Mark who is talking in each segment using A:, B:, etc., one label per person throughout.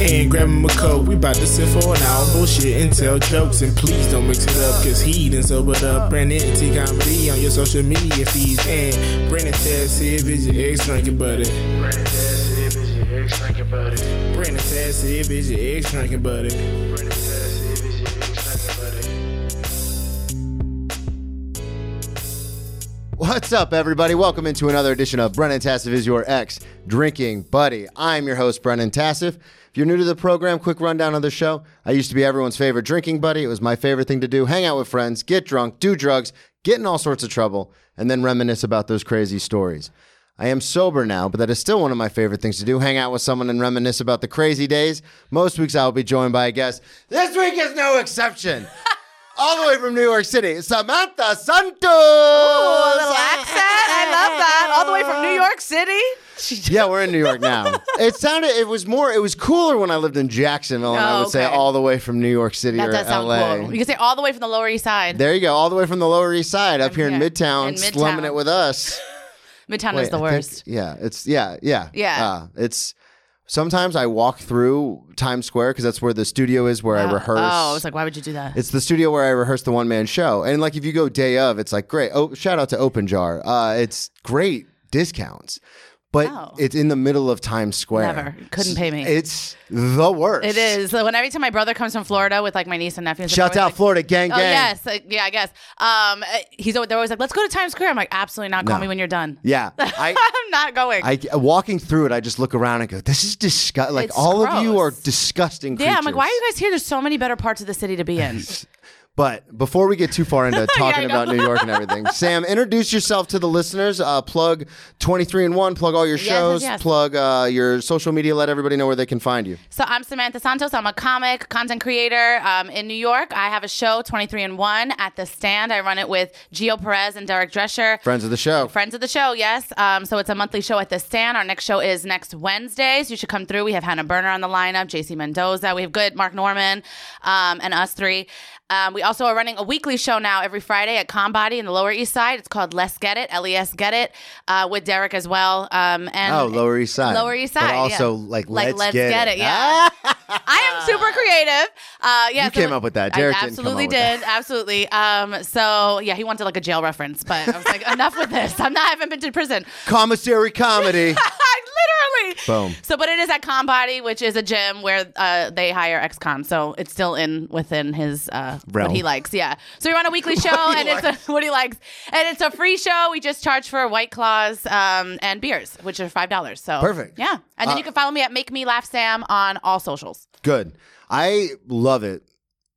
A: and grab him a coat. We about to sit for an hour, bullshit and tell jokes. And please don't mix it up, cause he done sobered up. Brandon T Comedy on your social media feeds. And Brandon Taz Siv is your ex drinking buddy.
B: Brandon Tassiv is your ex drinking buddy.
A: Brandon Taz Siv is your ex drinking buddy.
B: Brandon Tassiv is your ex drinking buddy.
C: What's up, everybody? Welcome into another edition of Brennan Tassif is your ex drinking buddy. I'm your host, Brennan Tassif. If you're new to the program, quick rundown of the show. I used to be everyone's favorite drinking buddy. It was my favorite thing to do hang out with friends, get drunk, do drugs, get in all sorts of trouble, and then reminisce about those crazy stories. I am sober now, but that is still one of my favorite things to do hang out with someone and reminisce about the crazy days. Most weeks I will be joined by a guest. This week is no exception. All the way from New York City, Samantha Santos.
D: Oh, a little accent. I love that. All the way from New York City.
C: Yeah, we're in New York now. It sounded, it was more, it was cooler when I lived in Jacksonville, and I
D: Oh,
C: would say
D: okay.
C: all the way from New York City
D: That
C: or
D: does sound
C: LA.
D: cool. You can say all the way from the Lower East Side.
C: There you go, all the way from the Lower East Side up here in
D: Yeah,
C: Midtown,
D: in Midtown.
C: slumming it with us.
D: Midtown
C: Wait,
D: is the
C: I think-
D: worst.
C: yeah, it's yeah, yeah,
D: Yeah.
C: Uh, it's sometimes I walk through Times Square because that's where the studio is where I rehearse.
D: Oh, I was like, why would you do that?
C: It's the studio where I rehearse the one man show. And like if you go day of, it's like great. Oh, shout out to Open Jar. Uh, it's great discounts. But
D: Oh.
C: it's in the middle of Times Square.
D: Never. Couldn't pay me.
C: It's the worst.
D: It is. So when every time my brother comes from Florida with like my niece and nephews, they're
C: Shout
D: always
C: out
D: like,
C: Florida gang gang.
D: Oh yes, Like, yeah, I guess. Um, uh, he's always, they're always like, let's go to Times Square. I'm like, absolutely not. Call
C: No.
D: me when you're done.
C: Yeah. I
D: I'm not going.
C: I walking through it, I just look around and go, this is disgust like
D: It's
C: all of you are
D: gross.
C: disgusting creatures.
D: yeah, I'm like, why are you guys here? There's so many better parts of the city to be in.
C: But before we get too far into talking
D: know.
C: about New York and everything, Sam, introduce yourself to the listeners. Uh, plug 23 and 1, plug all your
D: yes,
C: shows,
D: yes.
C: plug uh, your social media, let everybody know where they can find you.
D: So I'm Samantha Santos. I'm a comic, content creator um, in New York. I have a show, 23 and 1, at The Stand. I run it with Gio Perez and Derek Drescher.
C: Friends of the show.
D: Friends of the show, yes. Um, so it's a monthly show at The Stand. Our next show is next Wednesday. So you should come through. We have Hannah Berner on the lineup, JC Mendoza. We have good Mark Norman um, and us three. Um, we also are running a weekly show now every Friday at Combody in the Lower East Side. It's called Let's Get It, L-E-S Get It, uh, with Derek as well. Um, and
C: Oh, Lower East Side.
D: Lower East
C: But
D: Side.
C: also,
D: yeah.
C: like,
D: like
C: let's
D: let's
C: get
D: get,
C: it. Ah,
D: it. Yeah, I am super creative. Uh, yeah,
C: You came up with that. Derek didn't
D: I
C: come
D: absolutely
C: up with that.
D: did. Absolutely. Um, so yeah, he wanted like a jail reference, but I was like, enough with this. I'm not. I haven't been to prison.
C: Commissary comedy.
D: Literally.
C: Boom.
D: So, but it is at Combody, which is a gym where uh, they hire ex-con. So it's still in within his uh,
C: Realm.
D: what he likes. Yeah. So we run a weekly show, and it's a, what he likes, and it's a free show. We just charge for white claws um, and beers, which are five dollars. So
C: Perfect.
D: Yeah, and then
C: Uh,
D: you can follow me at Make Me Laugh Sam on all socials.
C: Good. I love it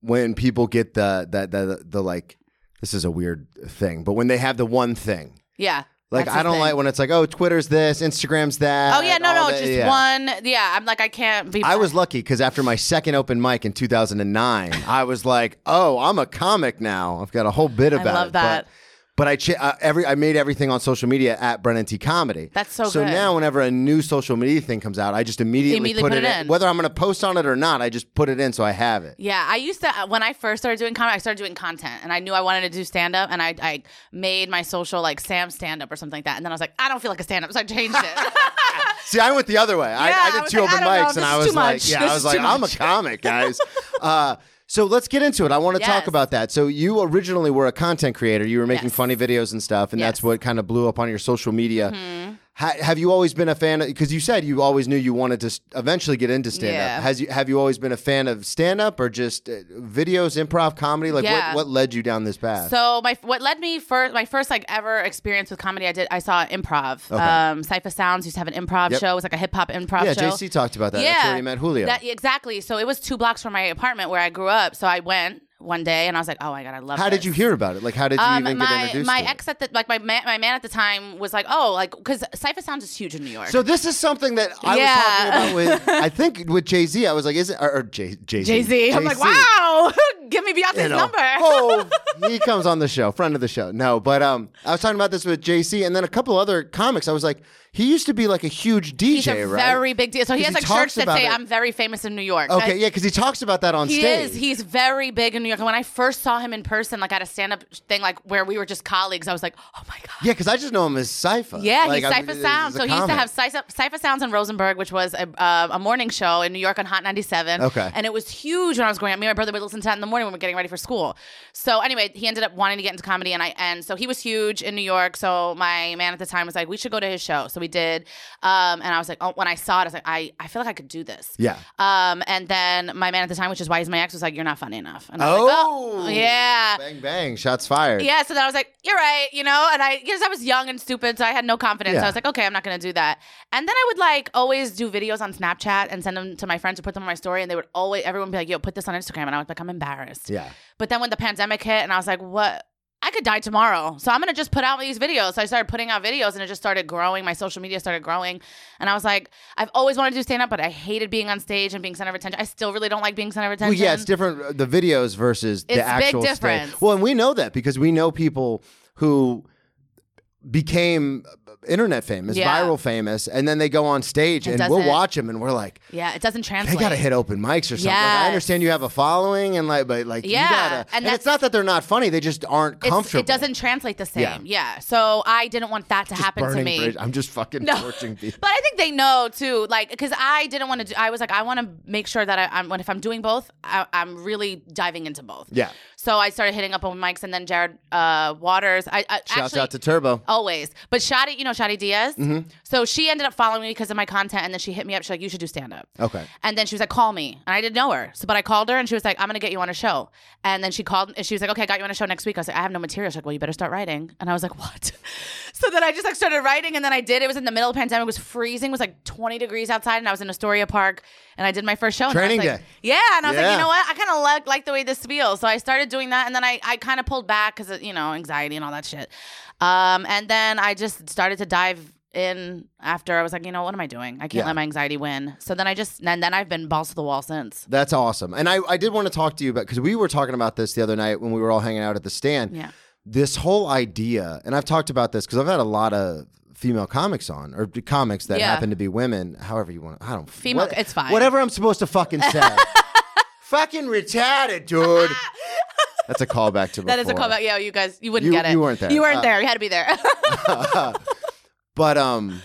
C: when people get the, the, the, the, like, this is a weird thing, but when they have the one thing.
D: Yeah.
C: Like,
D: That's
C: I
D: his
C: don't
D: thing.
C: like when it's like, oh, Twitter's this, Instagram's that.
D: Oh yeah, no,
C: all
D: no,
C: that-
D: just
C: yeah.
D: one. Yeah, I'm like I can't be.
C: I was lucky because after my second open mic in 2009, I was like, "Oh, I'm a comic now. I've got a whole bit about
D: love
C: it."
D: that.
C: But, but I ch- uh, every I made everything on social media at Brennan T Comedy.
D: That's so
C: So
D: good.
C: now, whenever a new social media thing comes out, I just immediately,
D: Immediately put it in.
C: Whether I'm going to post on it or not, I just put it in so I have it.
D: Yeah, I used to when I first started doing comedy, I started doing content, and I knew I wanted to do stand up, and I, I made my social like Sam stand up or something like that, and then I was like, I don't feel like a stand up, so I changed it.
C: See, I went the other way. I,
D: Yeah,
C: I
D: I
C: did
D: was
C: two
D: like,
C: open
D: I don't know,
C: mics, and
D: this
C: I
D: is
C: was
D: too much.
C: like, "Yeah,
D: This
C: I was
D: is
C: like,
D: too
C: I'm a
D: much.
C: comic, guys." uh, so let's get into it. I want to talk
D: Yes.
C: about that. So you originally were a content creator. You were making
D: Yes.
C: funny videos and stuff, and that's
D: Yes. Mm-hmm.
C: what kind of blew up on your social media. Ha- have you always been a fan? Because you said you always knew you wanted to s- eventually get into stand up.
D: Yeah.
C: Has you have you always been a fan of stand up or just uh, videos, improv, comedy? Like
D: Yeah.
C: what what led you down this path?
D: So my what led me first my first like ever experience with comedy I did I saw improv.
C: Okay.
D: Um Cypher Sounds used to have an improv
C: Yep.
D: show. It was like a hip hop improv
C: yeah,
D: show.
C: JC talked about that. That's where he met Julio.
D: That- exactly. So it was two blocks from my apartment where I grew up. So I went one day, and I was like, oh my god, I love.
C: How did
D: this.
C: you hear about it? Like, how did you
D: Um,
C: even get
D: my
C: introduced?
D: my
C: to it?
D: ex at the like my man, my man at the time was like, oh, like because Cypher Sounds is huge in New York.
C: So this is something that I
D: Yeah.
C: was talking about with I think with Jay Z. I was like, is it or, or Jay Jay
D: Jay Z, I'm like, wow, give me Beyonce's number.
C: oh, he comes on the show, friend of the show. No, but um, I was talking about this with JC and then a couple other comics. I was like, he used to be like a huge DJ,
D: He's a
C: right?
D: very big deal. So he
C: 'Cause
D: has like
C: talks
D: shirts that
C: about
D: say,
C: it.
D: "I'm very famous in New York."
C: Okay,
D: I-
C: yeah, because he talks about that on
D: He
C: stage.
D: is. He's very big in New York. And when I first saw him in person, like at a stand-up thing, like where we were just colleagues, I was like, "Oh my god!"
C: yeah, because I just know him as Cypher.
D: Yeah,
C: Like,
D: he's
C: I-
D: Cypher
C: as a
D: Sounds. So he used to
C: comic.
D: have Cypher, Cypher Sounds in Rosenberg, which was a, uh, a morning show in New York on Hot 97.
C: Okay.
D: And it was huge when I was growing up. Me and my brother would listen to that in the morning when we were getting ready for school. So anyway, he ended up wanting to get into comedy, and I and so he was huge in New York. So my man at the time was like, "We should go to his show." So we did, um, and I was like, "Oh!" When I saw it, I was like, "I I feel like I could do this."
C: Yeah.
D: Um, and then my man at the time, which is why he's my ex, was like, "You're not funny enough." And I was
C: Oh,
D: like, "Oh, yeah."
C: Bang bang, shots fired.
D: Yeah, so then I was like, "You're right," you know. And I, because I was young and stupid, so I had no confidence.
C: Yeah.
D: I was like, "Okay, I'm not gonna do that." And then I would like always do videos on Snapchat and send them to my friends to put them on my story, and they would always everyone would be like, "Yo, put this on Instagram," and I was like, "I'm embarrassed."
C: Yeah.
D: But then when the pandemic hit, and I was like, "What? I could die tomorrow, so I'm gonna just put out these videos." So I started putting out videos, and it just started growing. My social media started growing, and I was like, "I've always wanted to do stand up, but I hated being on stage and being center of attention. I still really don't like being center of
C: Well,
D: attention."
C: yeah, it's different. uh, The videos versus
D: It's
C: the
D: big
C: actual stage.
D: difference.
C: Well, and we know that because we know people who became uh, internet famous,
D: Yeah.
C: viral famous, and then they go on stage
D: It
C: and we'll
D: doesn't-
C: watch them and we're like,
D: Yeah, it doesn't
C: they
D: translate.
C: gotta hit open mics or something. Like, I
D: Yes.
C: understand you have a following and like, but like, you
D: Yeah,
C: gotta.
D: and
C: And, it's
D: that's-
C: not that they're not funny; they just aren't
D: It's-
C: comfortable.
D: It doesn't translate the same.
C: Yeah.
D: Yeah. So I didn't want that to
C: Just
D: happen to
C: burning
D: me.
C: bridge- I'm just fucking
D: No.
C: torching people.
D: But I think they know too, like, because I didn't want to. do I was like, I want to make sure that I, I'm. When if I'm doing both, I, I'm really diving into both.
C: Yeah.
D: So I started hitting up open mics, and then Jared uh, Waters. I, I
C: Shouts
D: actually,
C: out to Turbo.
D: Always, but Shadi, you know Shadi Diaz.
C: Mm-hmm.
D: So she ended up following me because of my content, and then she hit me up. She's like, "You should do stand up."
C: Okay.
D: And then she was like, "Call me," and I didn't know her. So, but I called her, and she was like, "I'm gonna get you on a show." And then she called, and she was like, "Okay, I got you on a show next week." I was like, "I have no material." She's like, "Well, you better start writing." And I was like, "What?" So then I just like started writing, and then I did. It was in the middle of the pandemic. It was freezing. It was like 20 degrees outside, and I was in Astoria Park, and I did my first show. and I was
C: Training
D: like-
C: day.
D: Yeah, and I was like,
C: Yeah.
D: you know what? I kind of like like the way this feels. So I started doing that, and then I I kind of pulled back because you know anxiety and all that shit. Um, and then I just started to dive in after I was like, you know, what am I doing? I can't
C: Yeah.
D: let my anxiety win. So then I just and then I've been balls to the wall since.
C: That's awesome. And I, I did want to talk to you about because we were talking about this the other night when we were all hanging out at the stand.
D: Yeah.
C: This whole idea, and I've talked about this because I've had a lot of female comics on or comics that
D: Yeah.
C: happen to be women, however you want. I don't
D: Female- it's fine.
C: Whatever I'm supposed to fucking say. fucking retarded, dude. That's a callback to before.
D: That is a callback. Yeah, you guys, you wouldn't
C: You-
D: get it.
C: you weren't there.
D: You weren't
C: Uh,
D: there. You had to be there.
C: But um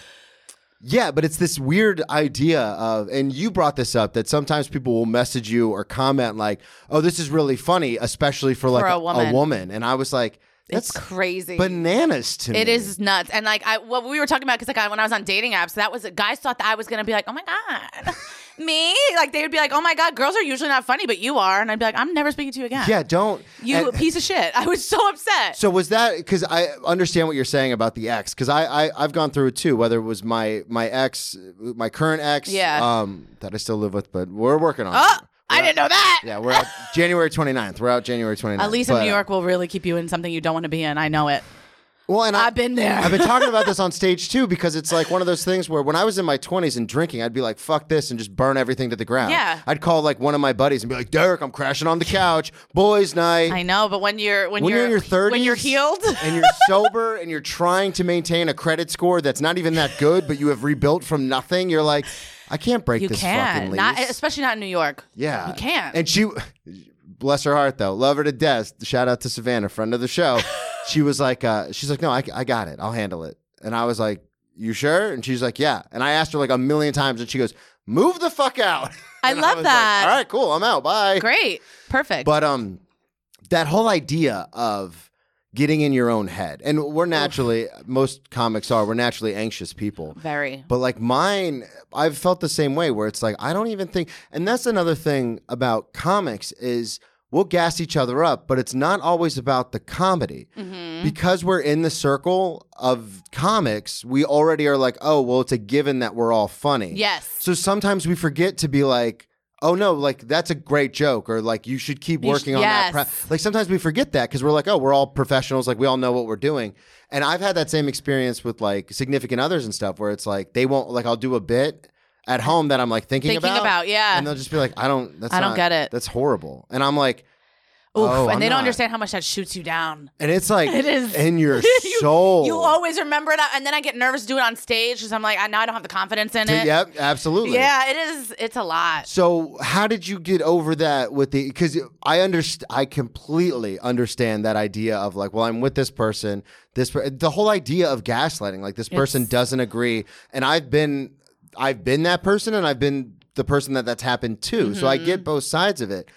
C: yeah, but it's this weird idea of and you brought this up that sometimes people will message you or comment like, "Oh, this is really funny, especially for like
D: For a woman.
C: And I was like, that's
D: it's crazy.
C: bananas to me.
D: It is nuts. And like I what we were talking about cuz like I, when I was on dating apps, that was guys thought that I was going to be like, "Oh my god." Me? Like they would be like, "Oh my god, girls are usually not funny, but you are." And I'd be like, "I'm never speaking to you again."
C: Yeah, don't
D: You
C: and-
D: piece of shit. I was so upset.
C: So was that because I understand what you're saying about the ex? Because I, I I've gone through it too. Whether it was my my ex, my current ex,
D: Yeah.
C: um, that I still live with, but we're working on.
D: oh,
C: it.
D: I didn't know that.
C: Yeah, we're out January 29th. We're out January 29th.
D: At least in
C: But,
D: New
C: uh,
D: York will really keep you in something you don't want to be in. I know it.
C: Well, and I,
D: I've been there.
C: I've been talking about this on stage too because it's like one of those things where when I was in my 20s and drinking, I'd be like, fuck this and just burn everything to the ground.
D: Yeah.
C: I'd call like one of my buddies and be like, Derek, I'm crashing on the couch, boys' night.
D: I know, but when you're when,
C: when you're, in your 30s,
D: when you're healed,
C: and you're sober and you're trying to maintain a credit score that's not even that good, but you have rebuilt from nothing, you're like, I can't break
D: you
C: this
D: can't.
C: fucking
D: Not
C: lease.
D: especially not in New York.
C: Yeah.
D: You can't.
C: And she, bless her heart though, love her to death. Shout out to Savannah, friend of the show. she was like, uh, she's like, no, I, I got it. I'll handle it. And I was like, you sure? And she's like, yeah. And I asked her like a million times and she goes, move the fuck out.
D: I
C: And
D: love
C: was like,
D: that.
C: All right, cool. I'm out. Bye.
D: Great. Perfect.
C: But um, that whole idea of getting in your own head, and we're naturally, most comics are, we're naturally anxious people.
D: Very.
C: But like mine, I've felt the same way where it's like, I don't even think, and that's another thing about comics is we'll gas each other up, but it's not always about the comedy. Because we're in the circle of comics, we already are like, oh, well, it's a given that we're all funny.
D: Yes.
C: So sometimes we forget to be like, oh no, like that's a great joke, or like you should keep
D: You
C: working
D: sh-
C: on
D: yes.
C: that. Pra-. Like sometimes we forget that because we're like, oh, we're all professionals, like we all know what we're doing. And I've had that same experience with like significant others and stuff, where it's like they won't like I'll do a bit at home that I'm like thinking,
D: Thinking about, yeah.
C: and they'll just be like, I don't, that's
D: I don't
C: not-
D: get it.
C: That's horrible, and I'm like.
D: Oof,
C: Oh,
D: and
C: I'm
D: they
C: not.
D: don't understand how much that shoots you down.
C: And it's like
D: It is.
C: in your
D: You-
C: soul.
D: You always remember it, and then I get nervous to do it on stage because I'm like, I now I don't have the confidence in it.
C: Yep, absolutely.
D: Yeah, it is. It's a lot.
C: So how did you get over that with the? Because I underst- I completely understand that idea of like, well, I'm with this person. This per- the whole idea of gaslighting. Like this person
D: It's-
C: doesn't agree, and I've been, I've been that person, and I've been the person that that's happened to. So I
D: Mm-hmm.
C: get both sides of it.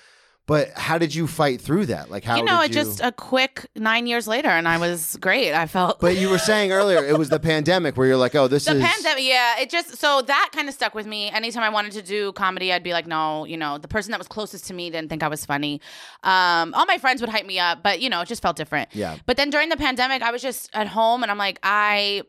C: But how did you fight through that? Like how
D: you know,
C: did
D: it just uh, a quick nine years later, and I was great. I felt.
C: but you were saying earlier it was the pandemic where you're like, oh, this
D: the
C: is
D: pandemic, yeah, it just so that kind of stuck with me. Anytime I wanted to do comedy, I'd be like, no, you know, the person that was closest to me didn't think I was funny. Um, all my friends would hype me up, but you know, it just felt different.
C: Yeah.
D: But then during the pandemic, I was just at home, and I'm like, I.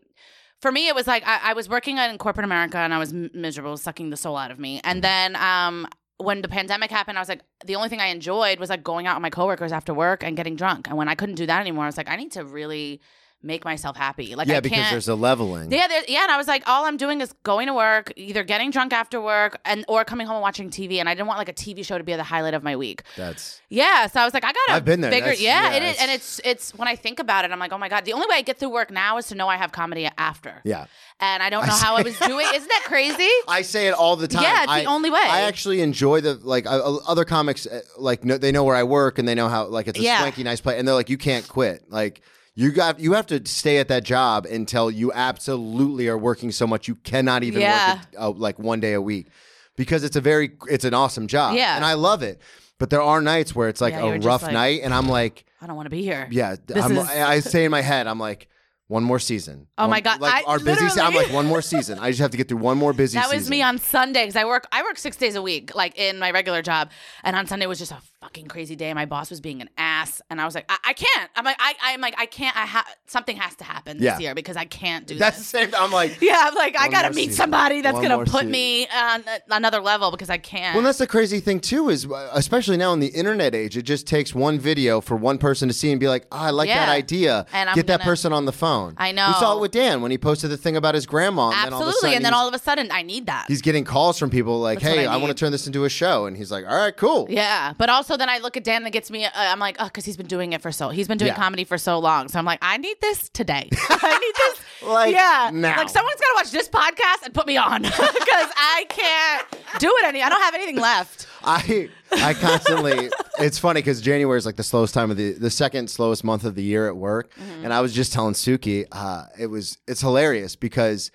D: For me, it was like I, I was working in corporate America, and I was m- miserable, sucking the soul out of me. And then um, when the pandemic happened, I was like, the only thing I enjoyed was like going out with my coworkers after work and getting drunk. And when I couldn't do that anymore, I was like, I need to really make myself happy. Like,
C: yeah
D: I
C: because
D: can't,
C: there's a leveling.
D: yeah, there, yeah, and I was like, all I'm doing is going to work, either getting drunk after work, and or coming home and watching TV. And I didn't want like a TV show to be the highlight of my week.
C: That's
D: Yeah, so I was like, I gotta
C: I've been there.
D: figure.
C: That's-
D: Yeah,
C: yeah,
D: it is,
C: it's-
D: and it's it's when I think about it, I'm like, oh my god. The only way I get through work now is to know I have comedy after.
C: yeah.
D: and I don't know how I was doing. Isn't that crazy?
C: I say it all the time.
D: Yeah, it's the
C: I-
D: only way.
C: I actually enjoy the like uh, uh, other comics uh, like no, they know where I work and they know how like it's a
D: Yeah.
C: swanky nice place and they're like you can't quit like you got you have to stay at that job until you absolutely are working so much you cannot even
D: Yeah.
C: work it, uh, like one day a week because it's a very it's an awesome job
D: Yeah.
C: and I love it but there are nights where it's like
D: Yeah, you're
C: a
D: just
C: rough
D: like-
C: night and I'm like
D: I don't want to be here.
C: yeah
D: This
C: I'm,
D: is-
C: I, I say in my head I'm like. One more season.
D: Oh my
C: One-
D: God,
C: Like
D: I
C: our busy. se- I'm
D: literally-
C: like one more season. I just have to get through one more busy.
D: That
C: season.
D: was me on Sunday because I work I work six days a week, like in my regular job. And on Sunday was just a fucking crazy day. My boss was being an ass, and I was like, I, I can't. I'm like, I, I'm like, I can't. I ha- something has to happen this
C: Yeah.
D: year because I can't do
C: That's the
D: this.
C: same. I'm like,
D: Yeah, I'm like, I
C: One
D: gotta
C: more
D: meet
C: seat.
D: somebody that's
C: One more
D: gonna put
C: seat.
D: me on a- another level because I can't.
C: Well, that's the crazy thing too is uh, especially now in the internet age, it just takes one video for one person to see and be like, ah, "I like that
D: Yeah.
C: idea."
D: And I'm
C: Get that
D: gonna-
C: person on the phone.
D: I know.
C: We saw it with Dan when he posted the thing about his grandma. And Then all of a
D: Absolutely,
C: sudden
D: and then
C: he's-
D: all of a sudden, I need that.
C: he's getting calls from people like,
D: That's what
C: "Hey,
D: I
C: I, want
D: need.
C: to turn this into a show," and he's like, "All right, cool."
D: Yeah, but also then I look at Dan and it gets me. Uh, I'm like, oh, because he's been doing it for so. He's been doing
C: Yeah.
D: comedy for so long. So I'm like, I need this today. I need this.
C: Like,
D: yeah,
C: now.
D: like someone's gotta watch this podcast and put me on because I can't do it any. I don't have anything left.
C: I I constantly it's funny because January is like the slowest time of the the second slowest month of the year at work,
D: Mm-hmm.
C: and I was just telling Suki uh, it was it's hilarious because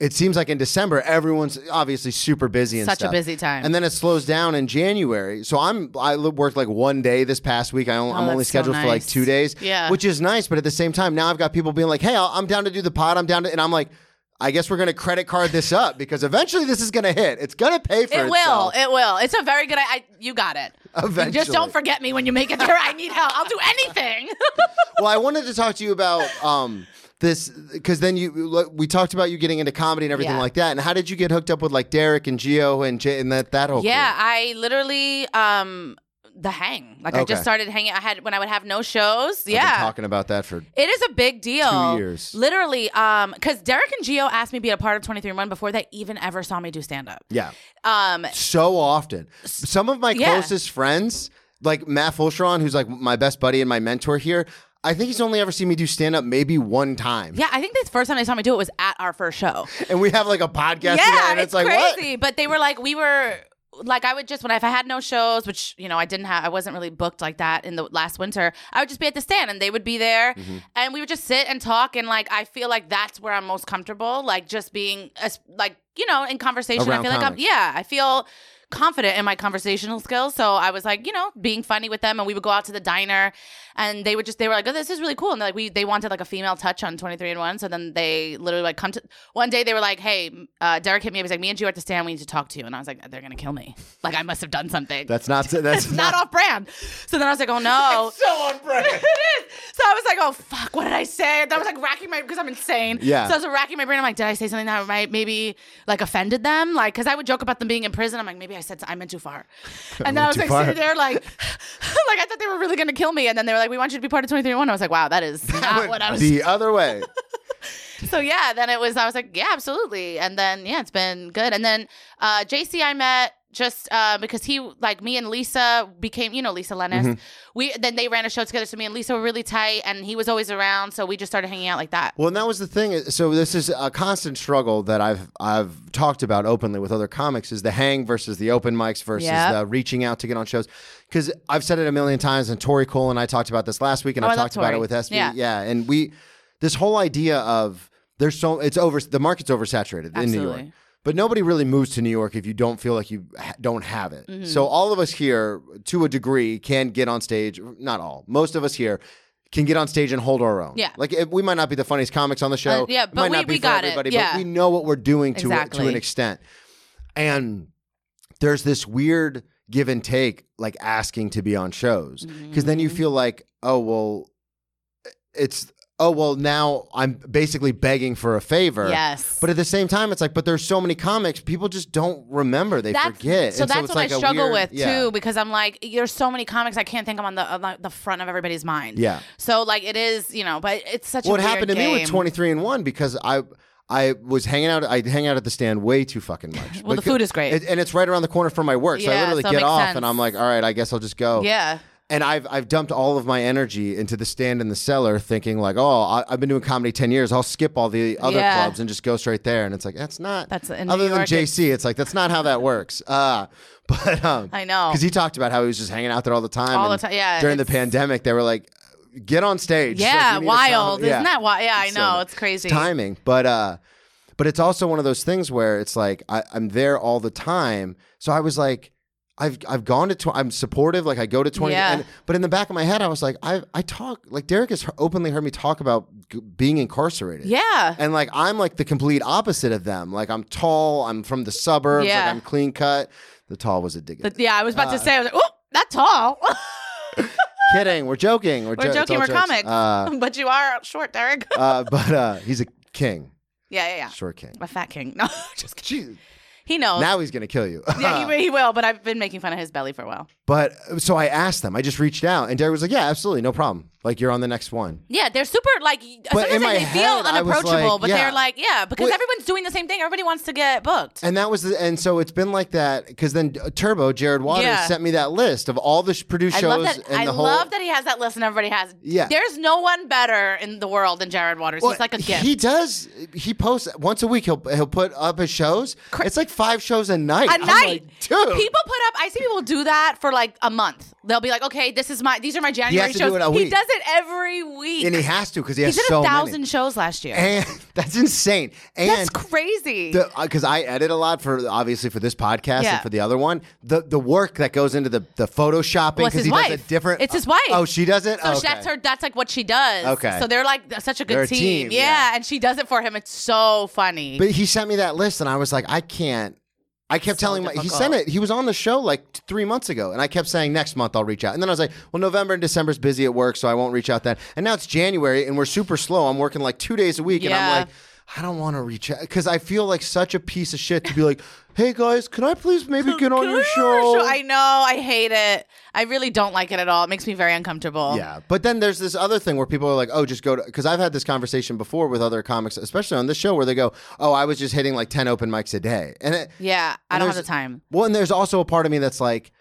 C: it seems like in December everyone's obviously super busy and
D: Such a
C: stuff.
D: busy time.
C: and then it slows down in January. So I'm I li- worked like one day this past week. I only, I'm
D: Oh, that's
C: only
D: so
C: scheduled for like
D: nice.
C: two days,
D: Yeah.
C: which is nice. But at the same time, now I've got people being like, "Hey, I'll- I'm down to do the pod. I'm down to," and I'm like. I guess we're gonna credit card this up because eventually this is gonna hit. It's gonna pay for
D: It will.
C: itself.
D: It will. It's a very good. I, I you got it.
C: Eventually.
D: Just don't forget me when you make it there. I need help. I'll do anything.
C: well, I wanted to talk to you about um, this because then you we talked about you getting into comedy and everything
D: Yeah.
C: like that. And how did you get hooked up with like Derek and Gio and Jay and that that whole
D: Yeah,
C: crew?
D: I literally um the hang. Like I
C: Okay.
D: just started hanging. I had when I would have no shows.
C: I've been
D: Yeah,
C: talking about that for
D: It is a big deal.
C: Two years.
D: Literally, um, because Derek and Gio asked me to be a part of 23-1 before they even ever saw me do stand-up.
C: yeah
D: Um,
C: so often. Some of my
D: Yeah.
C: closest friends, like Matt Fulcheron, who's like my best buddy and my mentor here. I think he's only ever seen me do stand up maybe one time.
D: yeah, I think the first time they saw me do it was at our first show.
C: And we have like a podcast together
D: yeah,
C: and it's,
D: it's,
C: like
D: crazy. But they were like, we were like, I would just when I, if I had no shows, which you know I didn't have, I wasn't really booked like that in the last winter. I would just be at the stand, and they would be there,
C: Mm-hmm.
D: and we would just sit and talk. And like, I feel like that's where I'm most comfortable, like just being as- like you know in conversation.
C: Around
D: I feel like I'm
C: comics.
D: yeah, I feel confident in my conversational skills so i was like you know being funny with them and we would go out to the diner and they would just they were like oh this is really cool and they're like we they wanted like a female touch on 23 and 1 so then they literally like come to one day they were like hey uh derek hit me up he's like me and you are at the stand we need to talk to you and i was like they're gonna kill me like i must have done something
C: what? That's not that's
D: it's not off brand. So then I was like, oh no. so on brand. it is. So I was like, oh fuck, what did I say? And I was like racking my because I'm insane.
C: Yeah.
D: So I was racking my brain. I'm like, did I say something that might maybe like offended them? Like, because I would joke about them being in prison. I'm like, maybe I said, I meant too far. And then I was
C: too
D: like
C: far.
D: sitting there like, like I thought they were really going to kill me. And then they were like, we want you to be part of 2301. I was like, wow, that is not what I was.
C: the other way.
D: So yeah, then it was, I was like, yeah, absolutely. And then, yeah, it's been good. And then uh, JC I met just uh, because he, like me and Lisa became, you know, Lisa Lennis.
C: Mm-hmm.
D: We, then they ran a show together. So me and Lisa were really tight and he was always around. So we just started hanging out like that.
C: Well, and that was the thing. uh, So this is a constant struggle that I've I've talked about openly with other comics is the hang versus the open mics versus
D: Yep.
C: the reaching out to get on shows. Because I've said it a million times, and Tori Cole and I talked about this last week, and
D: Oh,
C: I
D: I love
C: talked about it
D: Tori.
C: with SB.
D: Yeah.
C: yeah, and we this whole idea of there's so it's over the market's oversaturated in New York.
D: Absolutely.
C: But nobody really moves to New York if you don't feel like you ha- don't have it.
D: Mm-hmm.
C: So all of us here, to a degree, can get on stage. Not all. Most of us here can get on stage and hold our own.
D: Yeah.
C: Like it, we might not be the funniest comics on the show.
D: Uh, yeah,
C: It
D: but
C: might
D: we-
C: not be
D: we
C: for
D: got it.
C: everybody,
D: Yeah.
C: But we know what we're doing to a- to an
D: Exactly.
C: extent. And there's this weird give and take, like asking to be on shows, because then
D: Mm-hmm.
C: you feel like, oh well, it's oh well now I'm basically begging for a favor.
D: Yes.
C: But at the same time, it's like, but there's so many comics, people just don't remember. They forget.
D: So
C: And
D: that's
C: it's
D: what
C: like
D: I
C: a
D: struggle
C: weird-
D: with
C: yeah.
D: too, because I'm like, there's so many comics I can't think I'm on the on the- the front of everybody's mind.
C: Yeah.
D: So like it is, you know, but it's such.
C: what
D: a weird
C: happened to me
D: game.
C: with 23 and 1 because i i was hanging out i hang out at the stand way too fucking much
D: Well, the
C: Because-
D: food is great.
C: and- and it's right around the corner from my work so i
D: Yeah,
C: literally
D: so it
C: get
D: makes
C: off and
D: sense.
C: i'm like all right i guess i'll just go
D: Yeah.
C: and I've, I've dumped all of my energy into the stand in the cellar thinking like oh I, i've been doing comedy 10 years i'll skip all the other
D: Yeah.
C: clubs and just go straight there and it's like that's not
D: That's- in
C: other
D: New
C: than
D: York,
C: jc it's like that's not how that works uh, but um,
D: I know.
C: because he talked about how he was just hanging out there all the time
D: All the
C: and
D: ti- yeah,
C: during the
D: it's-
C: pandemic they were like get on stage Like,
D: Yeah.
C: we need a comic.
D: wild.
C: Yeah.
D: Isn't that wild? Yeah, I
C: So
D: know. It's crazy.
C: timing, but uh, but it's also one of those things where it's like I, I'm there all the time. So I was like, I've I've gone to tw- I'm supportive. Like I go to twenty.
D: Yeah.
C: And, but in the back of my head, I was like, I I talk like Derek has openly heard me talk about g- being incarcerated.
D: Yeah.
C: And like I'm like the complete opposite of them. Like I'm tall. I'm from the suburbs.
D: Yeah.
C: Like I'm clean cut. The tall was a dig.
D: But yeah, I was
C: Uh,
D: about to say, I was like, oh, that tall.
C: Kidding. We're joking. We're, jo-
D: We're
C: it's
D: joking.
C: all
D: We're
C: jokes.
D: comics,
C: Uh,
D: but you are short, Derek.
C: uh, but uh, he's a king,
D: yeah, yeah, yeah.
C: short king.
D: A fat king. No, just kidding.
C: Jeez.
D: He knows.
C: Now he's gonna kill you.
D: yeah, he, he will. But I've been making fun of his belly for a while.
C: But so I asked them. I just reached out, and Derek was like, "Yeah, absolutely, no problem. Like you're on the next one."
D: Yeah, they're super like. sometimes
C: in
D: like,
C: my
D: they feel
C: head, I was
D: unapproachable,
C: like,
D: but
C: yeah.
D: they're like, yeah, because
C: Wait.
D: everyone's doing the same thing. Everybody wants to get booked.
C: And that was, the, and so it's been like that because then uh, Turbo Jared Waters
D: Yeah.
C: sent me that list of all the sh- produced
D: I
C: shows
D: love that.
C: and
D: I
C: the whole.
D: love that he has that list, and everybody has.
C: Yeah.
D: there's no one better in the world than Jared Waters. He's like a gift.
C: He does. He posts once a week. He'll he'll put up his shows. It's like five shows a night.
D: a
C: I'm
D: night,
C: like, dude.
D: People put up. I see people do that for like a month. They'll be like, "Okay, this is my. These are my January
C: to do
D: shows."
C: it a
D: He
C: week.
D: does it every week.
C: and he has to because he
D: He
C: has
D: did
C: so
D: a thousand
C: many.
D: shows last year.
C: And that's insane. And
D: That's crazy.
C: because uh, I edit a lot for obviously for this podcast
D: Yeah.
C: and for the other one. The the work that goes into the the photoshopping
D: Well,
C: because
D: it's his
C: he does a
D: wife.
C: different.
D: It's his wife.
C: Oh, she does it.
D: So
C: okay.
D: that's her. That's like what she does.
C: Okay.
D: So they're like such a good
C: They're a team,
D: team. Yeah.
C: yeah.
D: and she does it for him. It's so funny.
C: But he sent me that list, and I was like, I can't. I kept telling him he
D: difficult.
C: sent it. He was on the show like t- three months ago, and I kept saying next month I'll reach out. And then I was like, well, November and December's busy at work, so I won't reach out then. And now it's January, and we're super slow. I'm working like two days a week, and
D: Yeah.
C: I'm like, I don't want to reach out because I feel like such a piece of shit to be like, hey guys, can I please maybe get on your show?
D: I know. I hate it. I really don't like it at all. It makes me very uncomfortable.
C: Yeah, but then there's this other thing where people are like, "Oh, just go to." Because I've had this conversation before with other comics, especially on this show, where they go, "Oh, I was just hitting like ten open mics a day," and it,
D: Yeah. I
C: And
D: don't have the
C: there's-
D: time.
C: Well, and there's also a part of me that's like,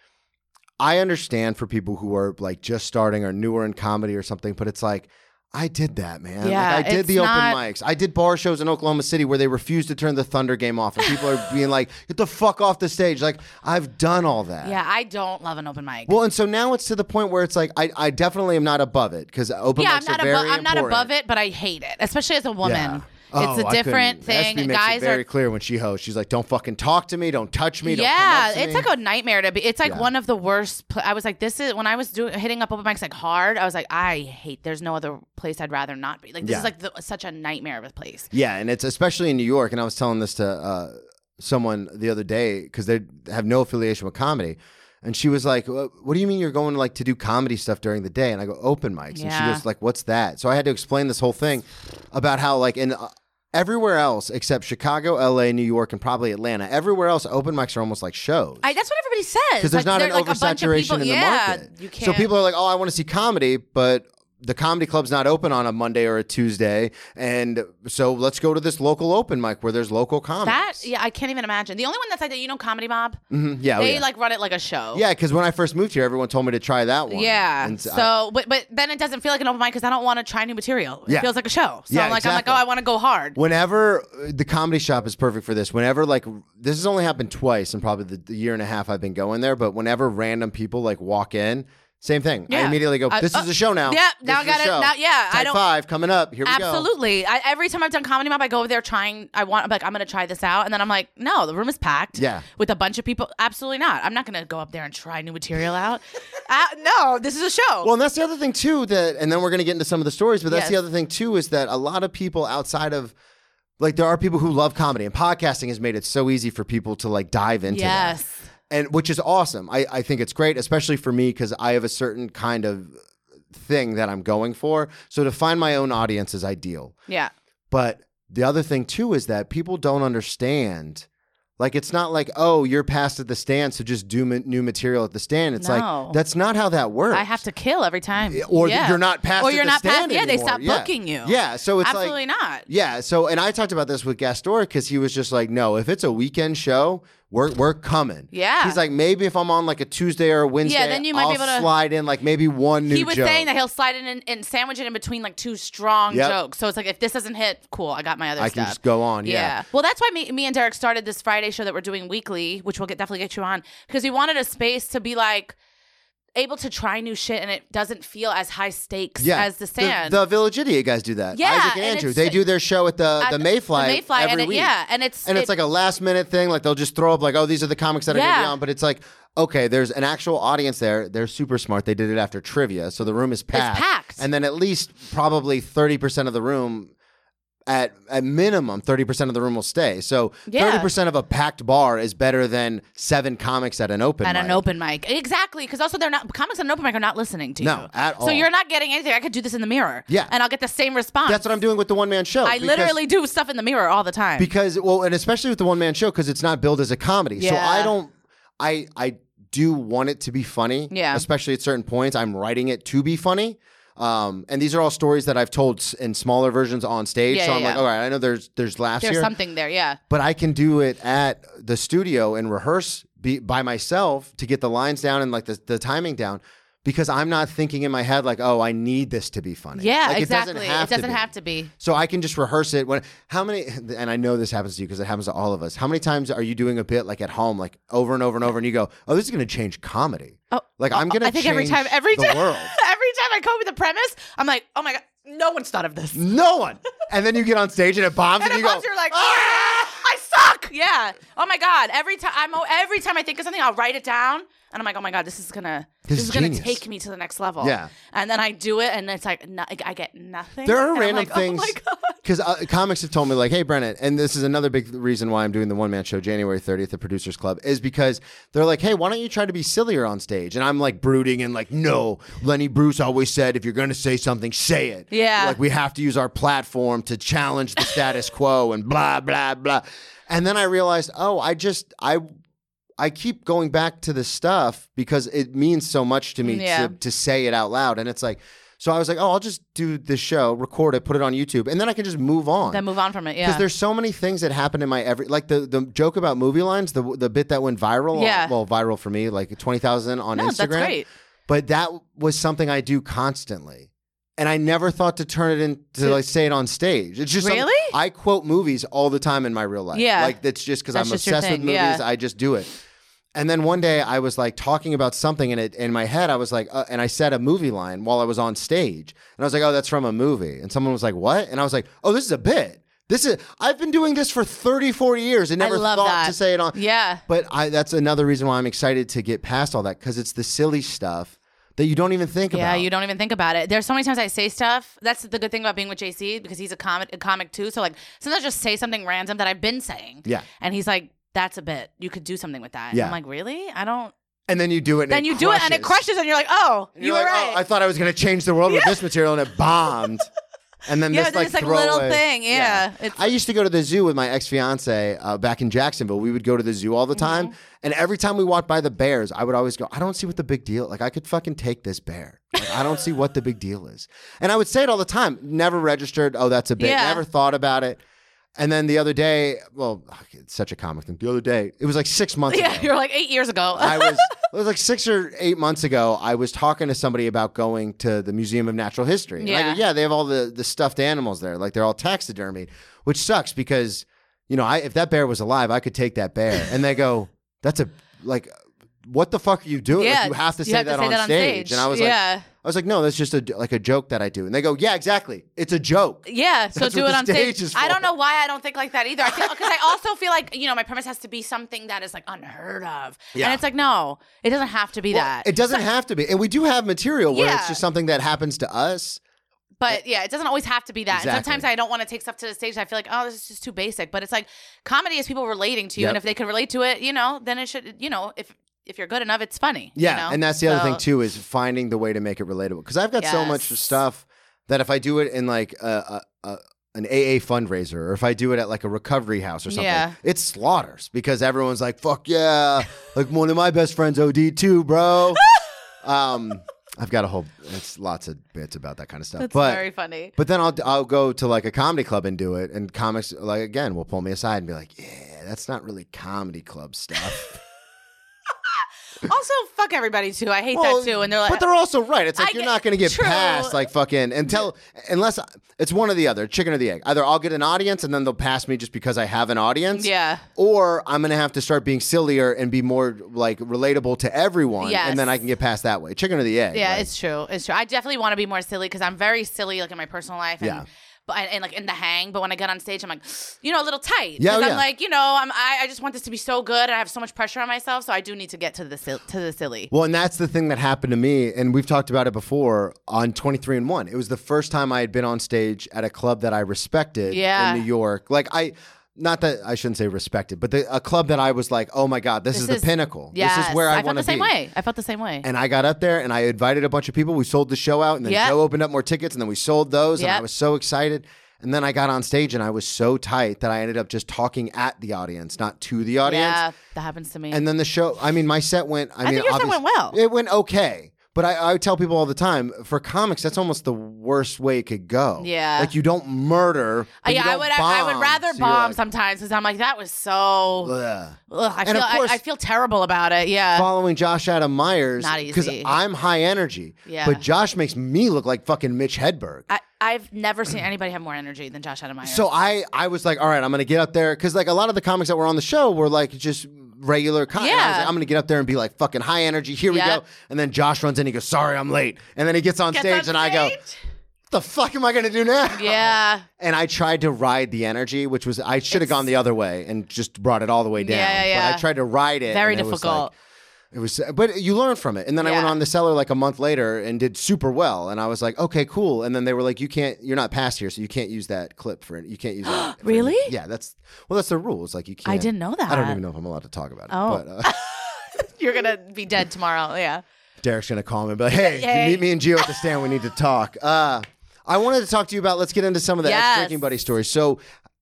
C: I understand for people who are like just starting or newer in comedy or something, but it's like, I did that, man.
D: Yeah,
C: like, I did
D: it's
C: the open
D: not-
C: mics. I did bar shows in Oklahoma City where they refused to turn the Thunder game off, and people are being like, "Get the fuck off the stage!" Like, I've done all that.
D: Yeah, I don't love an open mic.
C: Well, and so now it's to the point where it's like I, I definitely am not above it because open
D: yeah,
C: mics
D: I'm not
C: are very
D: above. I'm not
C: important.
D: above it, but I hate it, especially as a woman.
C: Yeah. Oh,
D: It's a
C: I
D: different
C: couldn't.
D: thing.
C: SB makes
D: Guys
C: it very
D: are
C: clear when she hosts. She's like, "Don't fucking talk to me. Don't touch me. Don't come
D: yeah,
C: up to
D: it's
C: me."
D: like a nightmare to be. It's like
C: Yeah.
D: one of the worst. Pl- I was like, this is when I was doing hitting up open mics like hard. I was like, I hate. There's no other place I'd rather not be. Like this
C: Yeah.
D: is like the, such a nightmare of a place.
C: Yeah, and it's especially in New York. And I was telling this to uh, someone the other day because they have no affiliation with comedy, and she was like, "Wha- "What do you mean you're going like to do comedy stuff during the day?" And I go, "Open mics," and she
D: Yeah.
C: goes, "Like, what's that?" So I had to explain this whole thing about how like in. uh, Everywhere else except Chicago, LA, New York, and probably Atlanta, everywhere else, open mics are almost like shows.
D: I, that's what everybody says.
C: because there's
D: like,
C: not an
D: there- like a bunch of
C: oversaturation
D: people-
C: in the
D: yeah,
C: market.
D: You can't.
C: So people are like, "Oh, I want to see comedy, but the comedy club's not open on a Monday or a Tuesday, and so let's go to this local open mic where there's local comedy."
D: that yeah, I can't even imagine. The only one that's like that, you know, Comedy Mob.
C: Mhm. yeah, oh,
D: they
C: yeah.
D: like run it like a show.
C: yeah, because when I first moved here, everyone told me to try that one.
D: Yeah.
C: And uh,
D: so,
C: I-
D: but, but then it doesn't feel like an open mic because I don't want to try new material. It
C: Yeah.
D: feels like a show. So
C: Yeah,
D: I'm like,
C: exactly.
D: I'm like, oh, I want to go hard.
C: whenever uh, the comedy shop is perfect for this whenever like this has only happened twice in probably the, the year and a half i've been going there but whenever random people like walk in same thing i
D: Yeah.
C: immediately go
D: I-
C: this
D: uh,
C: is a show now
D: yeah,
C: This
D: now I
C: is a
D: gotta-
C: show.
D: now- yeah, I
C: Type
D: don't-
C: five coming up here we go
D: Absolutely. I, every time I've done Comedy Mob, I go over there trying, I want, I'm like, I'm going to try this out. And then I'm like, no, the room is packed.
C: Yeah.
D: With a bunch of people. Absolutely not. I'm not going to go up there and try new material out. uh, no, this is a show.
C: Well, and that's the other thing too that, and then we're going to get into some of the stories, but that's the
D: Yes.
C: other thing too is that a lot of people outside of like there are people who love comedy and podcasting has made it so easy for people to like dive into that.
D: yes.
C: and which is awesome. I, I think it's great, especially for me because I have a certain kind of thing that I'm going for. So to find my own audience is ideal.
D: Yeah.
C: But the other thing too is that people don't understand. Like it's not like oh you're past at the stand, so just do ma- new material at the stand. It's
D: No.
C: like that's not how that works
D: I have to kill every time.
C: or
D: Yeah.
C: you're not past
D: Or
C: at
D: you're
C: the
D: not
C: stand
D: past. Yeah, they
C: anymore.
D: stop booking you.
C: Yeah, so it's
D: Absolutely
C: like
D: not.
C: yeah, so and I talked about this with Gastor because he was just like, no, if it's a weekend show, we're we're coming.
D: Yeah.
C: he's like, maybe if I'm on like a Tuesday or a Wednesday,
D: then you might
C: I'll
D: be able to-
C: slide in like maybe one new.
D: he was
C: joke.
D: saying that he'll slide it in and sandwich it in between like two strong
C: Yep.
D: jokes. So it's like if this doesn't hit, cool, I got my other
C: I
D: stuff.
C: can just go on. Yeah.
D: Well, that's why me, me and Derek started this Friday show that we're doing weekly, which we'll get definitely get you on because we wanted a space to be like able to try new shit and it doesn't feel as high stakes
C: Yeah.
D: as the stand.
C: The, Village Idiot guys do that.
D: Yeah,
C: Isaac and
D: and
C: Andrew.
D: it's-
C: They do their show at the,
D: At
C: the Mayfly,
D: the Mayfly,
C: every
D: and it,
C: week.
D: yeah, and it's
C: and it's like a last minute thing. Like they'll just throw up like, oh, these are the comics that are gonna be
D: Yeah.
C: on. But it's like, okay, there's an actual audience there. They're super smart. They did it after trivia, so the room is packed.
D: packed.
C: And then at least probably thirty percent of the room. At, at minimum, 30% of the room will stay. So
D: Yeah.
C: 30% of a packed bar is better than seven comics at an open
D: at
C: mic.
D: an open mic. Exactly, because also they're not comics at an open mic are not listening to
C: No,
D: you
C: at all.
D: So you're not getting anything. I could do this in the mirror,
C: Yeah.
D: and I'll get the same response.
C: That's what I'm doing with the one man show.
D: I
C: because-
D: literally do stuff in the mirror all the time.
C: because well and especially with the one man show because it's not billed as a comedy so
D: Yeah.
C: i don't i i do want it to be funny
D: Yeah.
C: especially at certain points i'm writing it to be funny um, and these are all stories that I've told s- in smaller versions on stage.
D: Yeah,
C: so
D: yeah,
C: I'm like,
D: yeah.
C: all right, I know there's there's laughs
D: There's
C: here,
D: something there, yeah.
C: but I can do it at the studio and rehearse be, by myself to get the lines down and like the, the timing down because I'm not thinking in my head like, oh, I need this to be funny.
D: Yeah,
C: Like,
D: exactly.
C: It doesn't have, to, be.
D: have to be.
C: So I can just rehearse it when how many and I know this happens to you because it happens to all of us. How many times are you doing a bit like at home, like over and over and over, and you go, "Oh, this is going to change comedy."
D: Oh,
C: like I'm going to.
D: I think every time, every
C: the
D: time,
C: world.
D: every time I come with the premise, I'm like, oh my god, no one's thought of this.
C: No one. And then you get on stage and it bombs,
D: And
C: and,
D: at
C: you go,
D: once you're like,
C: "Ah!"
D: I suck. Yeah. Oh my god. Every time I'm oh, every time I think of something, I'll write it down, and I'm like, oh my god, this is gonna this,
C: is
D: is gonna
C: genius.
D: take me to the next level.
C: Yeah.
D: And then I do it, and it's like no, I get nothing.
C: There are
D: And I'm
C: random
D: like,
C: things
D: Oh my god.
C: because uh, comics have told me like, "Hey, Brennan," and this is another big reason why I'm doing the one man show January 30th at Producers Club is because they're like, "Hey, why don't you try to be sillier on stage?" And I'm like brooding and like, "No, Lenny Bruce always said if you're going to say something, say it."
D: Yeah.
C: like we have to use our platform to challenge the status quo and blah blah blah. And then I realized, oh, I just I. I keep going back to this stuff because it means so much to me
D: Yeah.
C: to, to say it out loud. And it's like, so I was like, oh, I'll just do this show, record it, put it on YouTube, and then I can just move on.
D: Then move on from it.
C: Because
D: Yeah.
C: there's so many things that happen in my every like the the joke about movie lines, the the bit that went viral.
D: Yeah.
C: well, viral for me, like twenty thousand on
D: No,
C: Instagram.
D: that's great.
C: But that was something I do constantly. And I never thought to turn it into like say it on stage. It's just something-
D: Really?
C: I quote movies all the time in my real life.
D: Yeah.
C: like that's just because I'm
D: That's just your
C: obsessed with
D: thing,
C: movies.
D: yeah.
C: I just do it. And then one day I was like talking about something and it in my head I was like uh, and I said a movie line while I was on stage and I was like oh that's from a movie and someone was like what and I was like oh this is a bit this is I've been doing this for 34 years and
D: I
C: never
D: love
C: thought
D: that.
C: to say it on
D: Yeah.
C: but I that's another reason why I'm excited to get past all that cuz it's the silly stuff that you don't even think
D: Yeah,
C: about
D: you don't even think about it. There's so many times I say stuff. That's the good thing about being with JC because he's a comic, a comic too. So like sometimes I just say something random that I've been saying.
C: Yeah.
D: and he's like, "That's a bit. You could do something with that." And
C: Yeah.
D: I'm like, "Really? I don't."
C: and then you do it and
D: Then
C: it
D: you do it and it crushes, and you're like, "Oh,
C: And
D: you
C: you're
D: were
C: like, oh,
D: right."
C: I thought I was going to change the world with this material and it bombed And then
D: yeah,
C: this, like,
D: it's like little
C: throwaway-
D: thing. Yeah, It's,
C: I used to go to the zoo with my ex fiance uh, back in Jacksonville. We would go to the zoo all the
D: Mm-hmm.
C: time, and every time we walked by the bears, I would always go, "I don't see what the big deal. Like I could fucking take this bear. Like, I don't see what the big deal is." And I would say it all the time. Never registered. Oh, that's a big.
D: Yeah.
C: Never thought about it. And then the other day, well, it's such a comic thing. The other day, it was like six months
D: yeah.
C: ago.
D: You're like eight years ago.
C: I was it was like six or eight months ago. I was talking to somebody about going to the Museum of Natural History. And I go,
D: Yeah.
C: yeah, they have all the the stuffed animals there. Like they're all taxidermied, which sucks because you know I if that bear was alive, I could take that bear. And they go, that's a like. What the fuck are you doing? Like,
D: yeah,
C: you have to say, that, on stage. And I was like,
D: yeah,
C: I was like, no, that's just a like a joke that I do. And they go, yeah, exactly. It's a joke.
D: yeah. So
C: That's
D: do
C: what
D: it
C: the
D: on stage.
C: stage is
D: I
C: for.
D: don't know why I don't think like that either. I feel because I also feel like you know my premise has to be something that is like unheard of,
C: Yeah.
D: and it's like no, it doesn't have to be
C: Well,
D: that.
C: It doesn't have to be. And we do have material where
D: Yeah.
C: it's just something that happens to us.
D: But yeah, it doesn't always have to be that. And
C: Exactly.
D: sometimes I don't want to take stuff to the stage. I feel like, oh, this is just too basic. But it's like comedy is people relating to you,
C: Yep.
D: and if they can relate to it, you know, then it should, you know, if if you're good enough, it's funny. you
C: Yeah,
D: know?
C: and that's the other
D: So-
C: thing too is finding the way to make it relatable. Because I've got so much
D: Yes.
C: stuff that if I do it in like a, a, a an AA fundraiser, or if I do it at like a recovery house or something,
D: Yeah.
C: it slaughters because everyone's like, "Fuck yeah!" like one of my best friends OD too, bro. um, I've got a whole it's lots of bits about that kind of stuff.
D: That's
C: but
D: very funny.
C: but then I'll I'll go to like a comedy club and do it, and comics like again will pull me aside and be like, "Yeah, that's not really comedy club stuff."
D: also, fuck everybody too. I hate
C: Well,
D: that too. And they're like,
C: but they're also right. It's like
D: I
C: you're
D: get-
C: not going to get
D: true.
C: past like fucking until unless it's one or the other, chicken or the egg. Either I'll get an audience and then they'll pass me just because I have an audience.
D: Yeah.
C: Or I'm going to have to start being sillier and be more like relatable to everyone,
D: Yes.
C: and then I can get past that way. Chicken or the egg.
D: yeah,
C: like-
D: it's true. It's true. I definitely want to be more silly because I'm very silly, like in my personal life. And,
C: Yeah.
D: But and, like in the hang, but when I get on stage, I'm like, you know, a little tight.
C: Yeah,
D: 'Cause
C: oh,
D: I'm
C: yeah.
D: like, you know, I'm I, I just want this to be so good, and I have so much pressure on myself, so I do need to get to the sil- to the silly.
C: Well, and that's the thing that happened to me, and we've talked about it before on 23 and 1. It was the first time I had been on stage at a club that I respected
D: Yeah.
C: in New York. Like I not that I shouldn't say respected, but the, a club that I was like, "Oh my god, this, is, the pinnacle. This
D: Yes.
C: is where I,
D: felt
C: want to
D: the same
C: be."
D: way. I felt the same way.
C: And I got up there and I invited a bunch of people. We sold the show out, and then
D: Yeah.
C: Joe opened up more tickets, and then we sold those, and I
D: Yep.
C: was so excited. And then I got on stage and I was so tight that I ended up just talking at the audience, not to the audience.
D: yeah, that happens to me. Uh,
C: And then the show, I mean, my set went. I, mean,
D: think your set
C: obvious-
D: went well.
C: It went okay. But I, I tell people all the time, for comics, that's almost the worst way it could go.
D: Yeah.
C: like you don't murder.
D: Uh,
C: But you
D: yeah, I
C: don't
D: would.
C: Bomb,
D: I would rather
C: so you're
D: bomb
C: like,
D: sometimes because I'm like, that was so.
C: "Ugh."
D: Ugh, I
C: And
D: feel.
C: of course-
D: I, I feel terrible about it. Yeah.
C: Following Josh Adam Myers,
D: Not easy.
C: I'm high energy.
D: Yeah.
C: but Josh makes me look like fucking Mitch Hedberg.
D: I, I've never seen anybody have more energy than Josh Ademeyer.
C: So I, I was like, all right, I'm gonna get up there because like a lot of the comics that were on the show were like just regular comics. I was
D: Yeah.
C: like, I'm gonna get up there and be like fucking high energy. Here we
D: Yeah.
C: go. And then Josh runs in. He goes, sorry, I'm late. And then he gets on,
D: Gets
C: stage,
D: on
C: and I go,
D: stage.
C: the fuck am I gonna do now?
D: Yeah.
C: And I tried to ride the energy, which was I should have gone the other way and just brought it all the way down.
D: Yeah, yeah,
C: But I
D: yeah.
C: tried to ride it.
D: Very
C: and it was,
D: difficult.
C: like- It was, but you learn from it. And then I went
D: Yeah.
C: on the cellar like a month later and did super well. And I was like, okay, cool. And then they were like, you can't, you're not past here, so you can't use that clip for it. You can't use it. for-
D: Really?
C: yeah, that's well, that's the rule. It's like you can't.
D: I didn't know
C: I don't
D: that.
C: even know if I'm allowed to talk about it.
D: Oh.
C: But, uh,
D: You're gonna be dead tomorrow. Yeah.
C: Derek's gonna call me and be like, hey,
D: Hey.
C: you meet me and Gio at the stand. We need to talk. Uh, I wanted to talk to you about. Let's get into some of the ex
D: Yes.
C: drinking buddy stories. So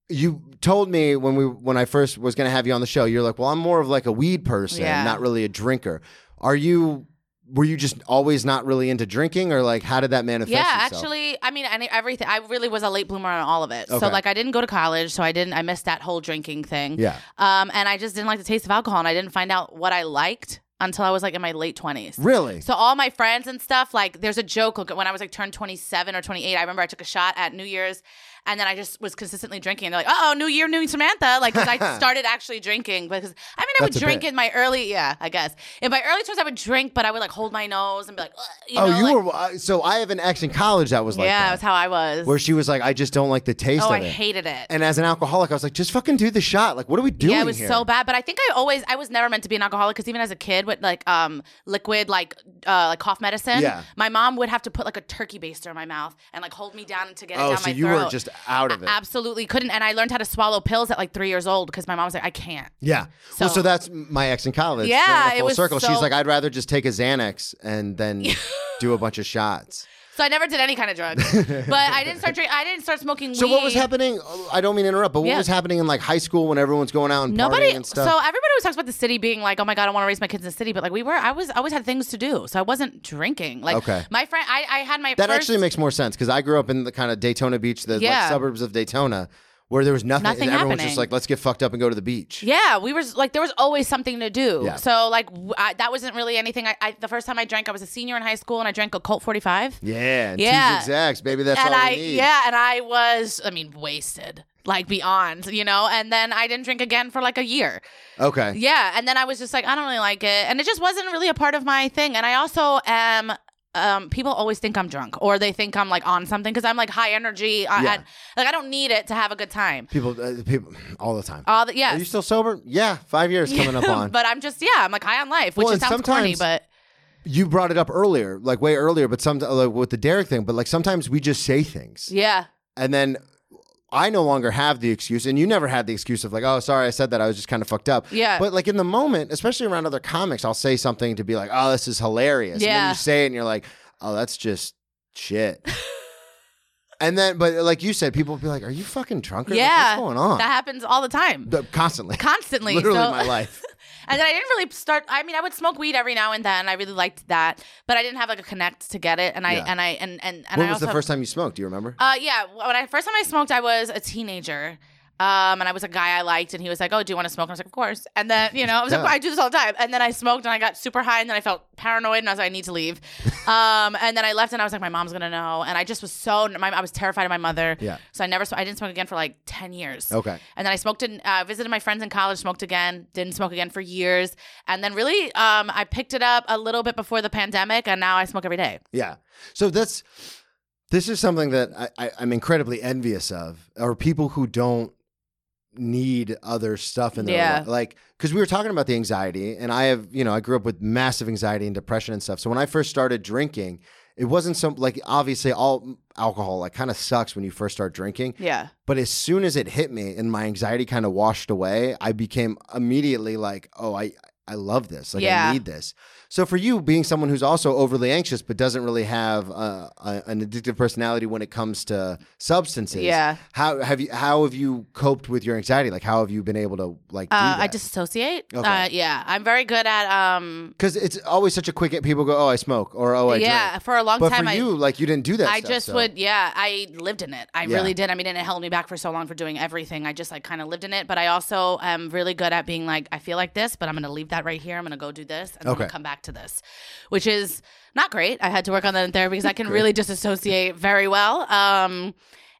C: you told me when we when I first was gonna have you on the show, you're like, well, I'm more of like a weed person,
D: Yeah.
C: not really a drinker. Are you? Were you just always not really into drinking, or like how did that manifest?
D: yeah,
C: itself?
D: actually, I mean, any, everything. I really was a late bloomer on all of it.
C: Okay.
D: So like, I didn't go to college, so I didn't. I missed that whole drinking thing.
C: Yeah.
D: Um, and I just didn't like the taste of alcohol, and I didn't find out what I liked until I was like in my late twenties.
C: really.
D: So all my friends and stuff, like there's a joke like, when I was like turned 27 or 28, I remember I took a shot at New Year's and then I just was consistently drinking. And they're like, "Oh, new year, new Samantha." Like 'cause I started actually drinking because I mean, I
C: That's a
D: would drink
C: bit.
D: in my early, yeah, I guess. In my early 20s I would drink, but I would like hold my nose and be like, "Ugh," you
C: oh,
D: know,
C: you
D: like-
C: were. uh, So I have an ex in college that was like
D: Yeah,
C: that,
D: that's how I was.
C: where she was like, I just don't like the taste
D: oh,
C: of
D: I
C: it.
D: hated it.
C: and as an alcoholic, I was like, just fucking do the shot. Like, what are we doing?
D: yeah, it was
C: here?
D: so bad. But I think I always I was never meant to be an alcoholic because even as a kid with like um liquid like uh like cough medicine,
C: Yeah.
D: my mom would have to put like a turkey baster in my mouth and like hold me down to get it
C: Oh,
D: down
C: so
D: my
C: you
D: throat.
C: were just out of
D: I
C: it.
D: absolutely couldn't. And I learned how to swallow pills at like three years old because my mom was like, I can't.
C: Yeah. So, well,
D: So-
C: so that's my ex in college.
D: Yeah,
C: bringing
D: it
C: full
D: was
C: circle. She's
D: so-
C: like, I'd rather just take a Xanax and then do a bunch of shots.
D: So I never did any kind of drugs, but I didn't start drinking. I didn't start smoking.
C: So
D: weed.
C: what was happening? I don't mean to interrupt, but what
D: Yeah.
C: was happening in like high school when everyone's going out and
D: Nobody.
C: partying and
D: So
C: stuff?
D: everybody always talks about the city being like, oh my god, I want to raise my kids in the city, but like we were, I was I always had things to do, so I wasn't drinking. Like
C: Okay.
D: my friend, I, I had my
C: that
D: first,
C: actually makes more sense because I grew up in the kind of Daytona Beach, the like,
D: Yeah.
C: suburbs of Daytona, where there was nothing.
D: Nothing
C: and everyone's just
D: happening.
C: like, let's get fucked up and go to the beach.
D: Yeah, we were like there was always something to do.
C: Yeah.
D: So like w I that wasn't really anything. I, I the first time I drank, I was a senior in high school, and I drank a Colt forty five.
C: Yeah, and two
D: Yeah.
C: zigzags, baby. That's
D: and
C: all
D: I
C: we need.
D: yeah, and I was I mean wasted like beyond, you know. And then I didn't drink again for like a year.
C: Okay.
D: Yeah, and then I was just like I don't really like it, and it just wasn't really a part of my thing. And I also am. Um, people always think I'm drunk, or they think I'm like on something because I'm like high energy. I,
C: Yeah.
D: I- like I don't need it to have a good time.
C: People, uh, people, all the time.
D: All the yeah,
C: Are you still sober? Yeah, five years coming up on.
D: Oh, but I'm just yeah, I'm like high on life, which
C: Well,
D: it
C: and
D: sounds corny,
C: sometimes-
D: but
C: you brought it up earlier, like way earlier, but some like with the Derek thing. But like sometimes we just say things,
D: yeah.
C: and then I no longer have the excuse, and you never had the excuse of like, oh, sorry, I said that. I was just kind of fucked up.
D: Yeah.
C: But like in the moment, especially around other comics, I'll say something to be like, oh, this is hilarious. And then
D: Yeah.
C: you say it, and you're like, oh, that's just shit. and then, but like you said, people will be like, are you fucking drunk? Or
D: Yeah.
C: Like, what's going on?
D: That happens all the time.
C: The- Constantly.
D: Constantly.
C: Literally
D: so,
C: my life.
D: And then I didn't really start I mean, I would smoke weed every now and then. I really liked that. But I didn't have like a connect to get it. And I
C: Yeah.
D: and I and and, and
C: When
D: I
C: was
D: also
C: the first time you smoked? Do you remember?
D: uh yeah, when I first time I smoked I was a teenager. Um, and I was a guy I liked, and he was like, "Oh, do you want to smoke?" And I was like, "Of course." And then, you know, I was
C: Yeah.
D: like, "I do this all the time." And then I smoked, and I got super high, and then I felt paranoid, and I was like, "I need to leave." um, and then I left, and I was like, "My mom's gonna know," and I just was so my, I was terrified of my mother.
C: Yeah.
D: So I never, sm- I didn't smoke again for like ten years.
C: Okay.
D: And then I smoked and uh, visited my friends in college, smoked again, didn't smoke again for years. And then really, um, I picked it up a little bit before the pandemic, and now I smoke every day.
C: Yeah. So that's this is something that I, I, I'm incredibly envious of, are people who don't need other stuff in their
D: Yeah.
C: life. Like, because we were talking about the anxiety, and I have, you know, I grew up with massive anxiety and depression and stuff. So when I first started drinking, it wasn't some like obviously all mm, alcohol like kind of sucks when you first start drinking.
D: Yeah.
C: But as soon as it hit me and my anxiety kind of washed away, I became immediately like, oh, I I love this. Like I
D: Yeah.
C: need this. So for you, being someone who's also overly anxious but doesn't really have uh, a, an addictive personality when it comes to substances,
D: Yeah.
C: How have you how have you coped with your anxiety? Like how have you been able to like? do
D: Uh, I
C: that?
D: disassociate.
C: Okay.
D: Uh, yeah, I'm very good at um.
C: because it's always such a quick. People go, oh, I smoke or oh, I
D: yeah,
C: drink.
D: for a long
C: But
D: time,
C: for
D: I
C: you, like you didn't do that.
D: I
C: stuff,
D: just
C: so-
D: would, yeah. I lived in it. I
C: Yeah.
D: really did. I mean, and it held me back for so long for doing everything. I just like kind of lived in it. But I also am really good at being like, I feel like this, but I'm going to leave that right here. I'm going to go do this, and I'm going
C: Okay.
D: to come back to this, which is not great. I had to work on that in therapy because I can really disassociate very well. Um,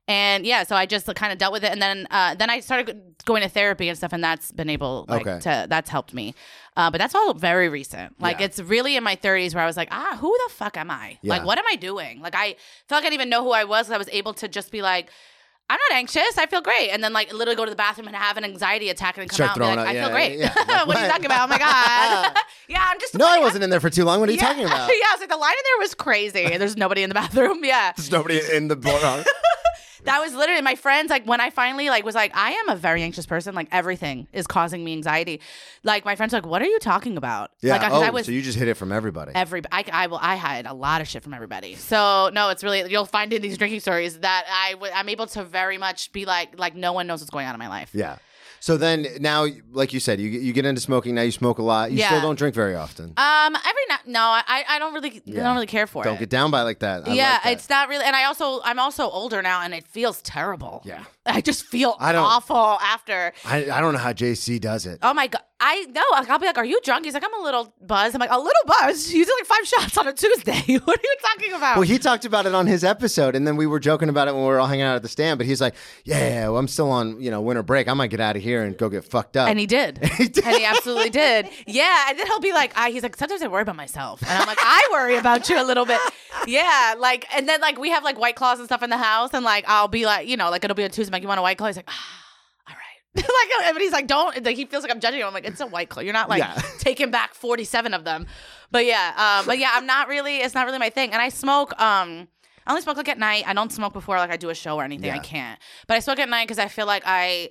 D: and yeah, so I just kind of dealt with it, and then uh, then I started going to therapy and stuff, and that's been able like
C: Okay.
D: to that's helped me. Uh, but that's all very recent. Like
C: Yeah.
D: it's really in my 30s where I was like, ah, who the fuck am I?
C: Yeah.
D: Like what am I doing? Like I felt like I didn't even know who I was. 'cause I was able to just be like, I'm not anxious. I feel great. And then like literally go to the bathroom and have an anxiety attack and come
C: Start
D: out and be
C: throwing up.
D: like, I
C: Yeah,
D: feel great.
C: yeah, yeah.
D: what are you talking about? Oh my god. yeah, I'm just
C: No, I wasn't in there for too long. What are you
D: Yeah.
C: talking about?
D: yeah, I was like the line in there was crazy. There's nobody in the bathroom. Yeah.
C: There's nobody in the bar.
D: That was literally my friends. Like when I finally like was like, I am a very anxious person. Like everything is causing me anxiety. Like my friends were like, what are you talking about?
C: yeah.
D: Like 'cause
C: oh,
D: I was
C: so you just hit it from everybody.
D: every I, I will I hide a lot of shit from everybody. So no, it's really you'll find in these drinking stories that I w- I'm able to very much be like like no one knows what's going on in my life.
C: Yeah. So then now, like you said, you you get into smoking. Now you smoke a lot. You
D: Yeah.
C: still don't drink very often.
D: Um, every now no, I I don't really I don't really care for
C: don't
D: it.
C: get down by it like that. I
D: yeah,
C: like that.
D: it's not really, and I also I'm also older now, and it feels terrible.
C: Yeah.
D: I just feel
C: I don't-
D: awful after.
C: I, I don't know how JC does it.
D: Oh my god! I know. Like, I'll be like, "Are you drunk?" He's like, "I'm a little buzzed." I'm like, "A little buzzed? You did like five shots on a Tuesday. what are you talking about?"
C: Well, he talked about it on his episode, and then we were joking about it when we were all hanging out at the stand. But he's like, "Yeah, yeah, well, I'm still on, you know, winter break. I might get out of here and go get fucked up."
D: And he did.
C: did.
D: And he absolutely did. Yeah. And then he'll be like, I, he's like, sometimes I worry about myself. And I'm like, I worry about you a little bit. Yeah. Like, and then like we have like white claws and stuff in the house. And like, I'll be like, you know, like it'll be a Tuesday. I'm like, you want a white claw? He's like, ah, all right. like, but he's like, don't, like, he feels like I'm judging him. I'm like, it's a white claw. You're not like
C: Yeah.
D: taking back 47 of them. But yeah. Um, but yeah, I'm not really, it's not really my thing. And I smoke, um, I only smoke like at night. I don't smoke before like I do a show or anything.
C: Yeah.
D: I can't. But I smoke at night because I feel like I,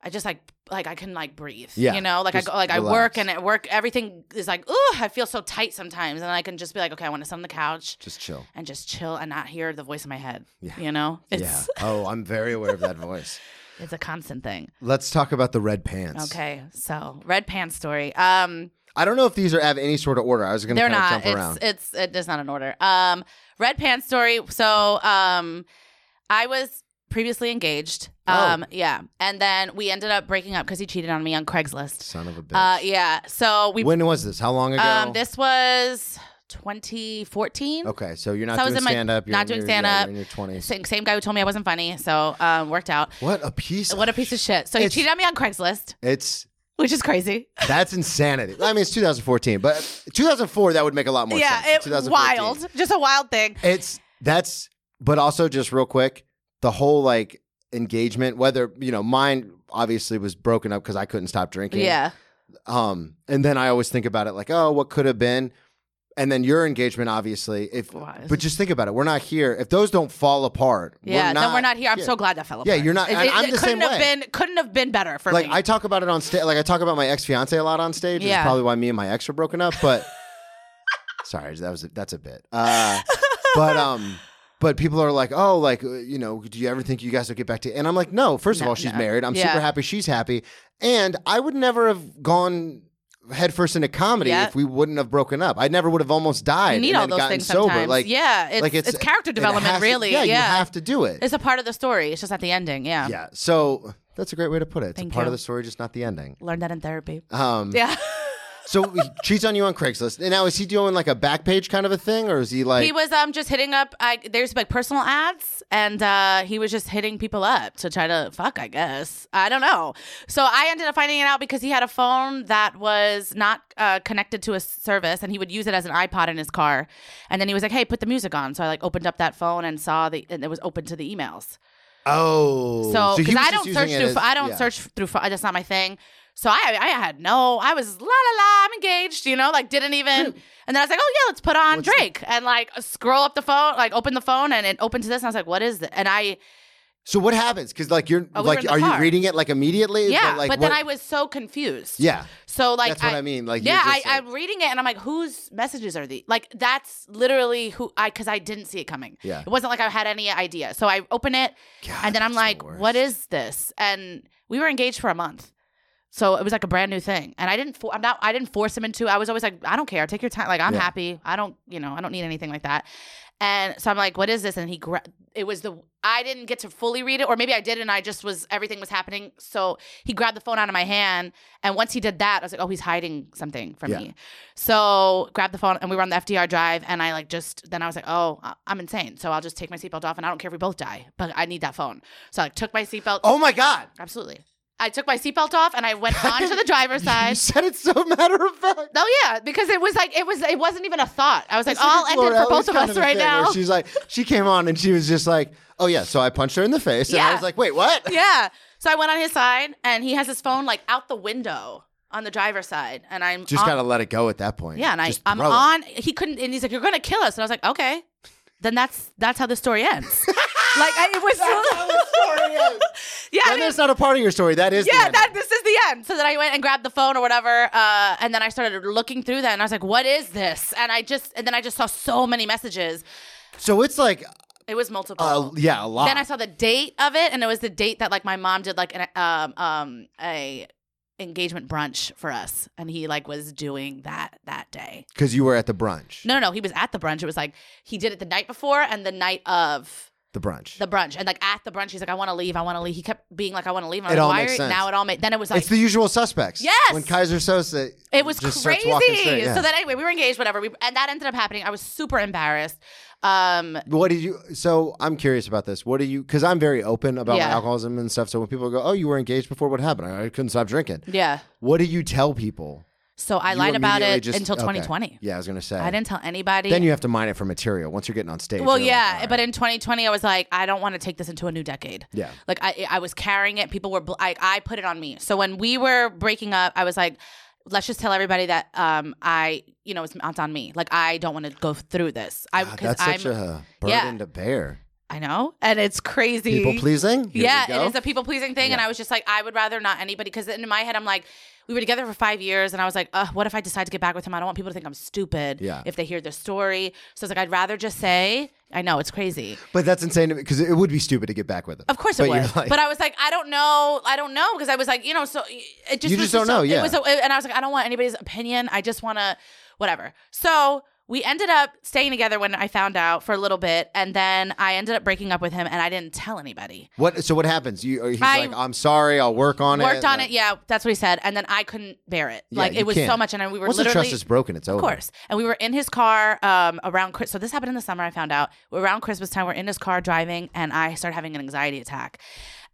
D: I just like like I can like breathe.
C: Yeah,
D: You know, like I
C: just
D: go like I
C: relax.
D: work and at work everything is like, ooh, I feel so tight sometimes. And I can just be like, okay, I want to sit on the couch
C: Just chill.
D: and just chill and not hear the voice in my head.
C: Yeah.
D: You know? It's
C: Yeah. Oh, I'm very aware of that voice.
D: it's a constant thing.
C: Let's talk about the red pants.
D: Okay. So red pants story. Um
C: I don't know if these are have any sort of order. I was going to
D: They're
C: kind of
D: not.
C: jump
D: It's
C: around.
D: it's it is not an order. Um, red pants story. So um, I was previously engaged.
C: Oh.
D: Um, yeah, and then we ended up breaking up because he cheated on me on Craigslist.
C: Son of a bitch.
D: Uh, yeah. So we
C: when was this? How long ago?
D: um, this was 2014.
C: okay, so you're not
D: So I was
C: doing
D: in my-
C: stand up.
D: not doing
C: Yeah,
D: stand-up.
C: you're in your 20s.
D: Same, same guy who told me I wasn't funny, so um, worked out.
C: What a piece.
D: What a piece of shit! So he
C: It's-
D: cheated on me on Craigslist,
C: It's
D: which is crazy.
C: that's insanity. I mean, it's 2014, but 2004 that would make a lot more
D: yeah,
C: sense.
D: it
C: 2014.
D: wild, just a wild thing.
C: It's that's but also just real quick, the whole like engagement whether, you know, mine obviously was broken up cuz I couldn't stop drinking.
D: Yeah,
C: Um and then I always think about it like, oh, what could have been? And then your engagement obviously if
D: Was.
C: but just think about it. We're not here. If those don't fall apart,
D: yeah.
C: we're not,
D: then we're not here. I'm
C: yeah.
D: so glad that fell
C: Yeah,
D: apart.
C: you're not-
D: It,
C: and
D: it-
C: I'm
D: it
C: the same
D: couldn't have
C: way.
D: been. Couldn't have been better for
C: like
D: me.
C: I talk about it on stage. Like I talk about my ex fiance a lot on stage. Yeah.
D: Yeah.
C: probably why me and my ex are broken up. But sorry, that was a, that's a bit. Uh, but um, but people are like, oh, like uh, you know, do you ever think you guys will get back to? And I'm like, no. First of
D: No,
C: all, she's
D: no.
C: married. I'm
D: Yeah.
C: super happy. She's happy. And I would never have gone headfirst into comedy
D: Yeah.
C: if we wouldn't have broken up. I never would have almost died.
D: you need
C: and
D: all
C: then
D: those
C: gotten
D: things
C: sober.
D: sometimes.
C: Like
D: yeah, it's, it's, character
C: it
D: development,
C: has to-
D: really.
C: yeah,
D: Yeah,
C: you have to do it.
D: it's a part of the story. It's just not the ending. Yeah,
C: yeah. So that's a great way to put it. It's
D: Thank
C: a part
D: you.
C: of the story, just not the ending.
D: learned that in therapy.
C: Um,
D: yeah,
C: So he cheats on you on Craigslist. And now is he doing like a back page kind of a thing or is he like
D: he was um just hitting up. I, there's like personal ads, and uh, he was just hitting people up to try to fuck. I guess I don't know. So I ended up finding it out because he had a phone that was not uh, connected to a service, and he would use it as an iPod in his car. And then he was like, "Hey, put the music on." So I like opened up that phone and saw the and it was open to the emails.
C: Oh
D: So
C: he
D: because
C: was
D: I
C: just
D: don't
C: using
D: search
C: it
D: through,
C: as-
D: pho- I don't
C: yeah.
D: search through. pho- That's not my thing. So I, I had no. I was la la la. I'm engaged. You know, like didn't even. And then I was like, oh yeah, let's put on Drake and like scroll up the phone, like open the phone, and it opened to this. And I was like, what is this? And I
C: So what happens? Because like you're
D: Oh, we were
C: like
D: in the
C: are you
D: car.
C: reading it like immediately?
D: yeah, but,
C: like,
D: then
C: what-
D: I was so confused.
C: Yeah.
D: So like
C: That's what I mean, like, you're
D: yeah, I,
C: just like-
D: I'm reading it and I'm like, whose messages are these? Like that's literally who I because I didn't see it coming.
C: Yeah.
D: It wasn't like I had any idea. So I open it
C: God,
D: and then I'm
C: that's the
D: like,
C: worst.
D: what is this? And we were engaged for a month. So it was like a brand new thing. And I didn't for, I'm not I didn't force him into I was always like, I don't care, take your time. Like I'm
C: Yeah.
D: happy. I don't, you know, I don't need anything like that. And so I'm like, what is this? And he gra- it was the I didn't get to fully read it or maybe I did and I just was everything was happening. So he grabbed the phone out of my hand and once he did that, I was like, oh, he's hiding something from
C: Yeah.
D: me. So grabbed the phone and we were on the FDR drive and I like just then I was like, oh, I- I'm insane. So I'll just take my seatbelt off and I don't care if we both die, but I need that phone. So I like, took my seatbelt.
C: Oh my god.
D: Absolutely. I took my seatbelt off and I went onto the driver's
C: You
D: side.
C: said it so matter of fact.
D: Oh yeah, because it was like it was it wasn't even a thought. I was like,
C: It's like
D: all
C: a
D: ended for
C: Florellis
D: both of
C: kind
D: us
C: a
D: right
C: thing where
D: now.
C: She's like, she came on and she was just like, oh yeah. So I punched her in the face, and I
D: Yeah.
C: was like, wait, what?
D: Yeah. So I went on his side and he has his phone like out the window on the driver's side and I'm
C: Just
D: on-
C: gotta let it go at that point.
D: Uh, Yeah, and I,
C: Just
D: I'm
C: throw it.
D: on. He couldn't, and he's like, "You're gonna kill us," and I was like, "Okay." Then that's that's how the story ends. like I, it was,
C: Sorry,
D: yeah, I
C: And
D: mean,
C: that's not a part of your story. That is. the
D: yeah.
C: ending.
D: That this is the end. So then I went and grabbed the phone or whatever, uh, and then I started looking through that, and I was like, "What is this?" And I just, and then I just saw so many messages.
C: So it's like,
D: It was multiple.
C: uh, yeah, a lot.
D: Oh. Then I saw the date of it, and it was the date that like my mom did like an um um a engagement brunch for us, and he like was doing that that day.
C: because you were at the brunch.
D: No, no, no. He was at the brunch. It was like he did it the night before and the night of
C: The brunch.
D: the brunch. And like at the brunch, he's like, I want to leave. I want to leave. He kept being like, I want to leave. And
C: It
D: I'm
C: all
D: like, why
C: makes
D: are you-
C: sense.
D: Now it all made. Then it was like,
C: it's the usual suspects.
D: Yes!
C: When Kaiser Sosa.
D: it was
C: just starts
D: crazy.
C: walking straight, yeah.
D: So then anyway, we were engaged, whatever. We, and that ended up happening. I was super embarrassed. Um,
C: what did you? So I'm curious about this. What do you? Because I'm very open about my
D: Yeah.
C: alcoholism and stuff. So when people go, "Oh, you were engaged before. What happened? I, I couldn't stop drinking."
D: yeah.
C: What do you tell people?
D: So I
C: You
D: lied about
C: immediately
D: it
C: just-
D: until
C: okay.
D: 2020.
C: Yeah, I was gonna say.
D: I didn't tell anybody.
C: Then you have to mine it for material once you're getting on stage.
D: well,
C: you're like,
D: yeah,
C: all right.
D: but in 2020, I was like, I don't want to take this into a new decade.
C: Yeah.
D: like I, I was carrying it. People were, bl- I, I put it on me. So when we were breaking up, I was like, let's just tell everybody that, um, I, you know, it's, it's on me. Like I don't want to go through this. I,
C: God,
D: because
C: "Ah, that's
D: I'm,
C: such a burden
D: yeah.
C: to bear.
D: I know, and it's crazy.
C: People pleasing. Here
D: yeah,
C: we go.
D: it is a people pleasing thing, and I was just like, I would rather not anybody because in my head I'm like. We were together for five years, and I was like, Ugh, "What if I decide to get back with him? I don't want people to think I'm stupid
C: Yeah.
D: if they hear the story." So I was like, "I'd rather just say." I know it's crazy.
C: but that's insane to me because it would be stupid to get back with him.
D: Of course it
C: but you're
D: was,
C: like-
D: but I was like, I don't know, I don't know, because I was like, you know, so it just
C: You
D: was
C: just don't
D: so-
C: know, yeah.
D: It was so, and I was like, I don't want anybody's opinion. I just want to, whatever. So we ended up staying together when I found out for a little bit, and then I ended up breaking up with him, and I didn't tell anybody.
C: what? So what happens? You or he's
D: I-
C: like, I'm sorry, I'll work on it.
D: Worked on
C: like-
D: it, yeah, that's what he said, and then I couldn't bear it.
C: Yeah,
D: like
C: you
D: it was so
C: can't.
D: much, and we were
C: Once the
D: literally
C: trust is broken, it's over.
D: Of course. And we were in his car um, around Chris. So this happened in the summer, I found out. Around Christmas time, we're in his car driving, and I started having an anxiety attack.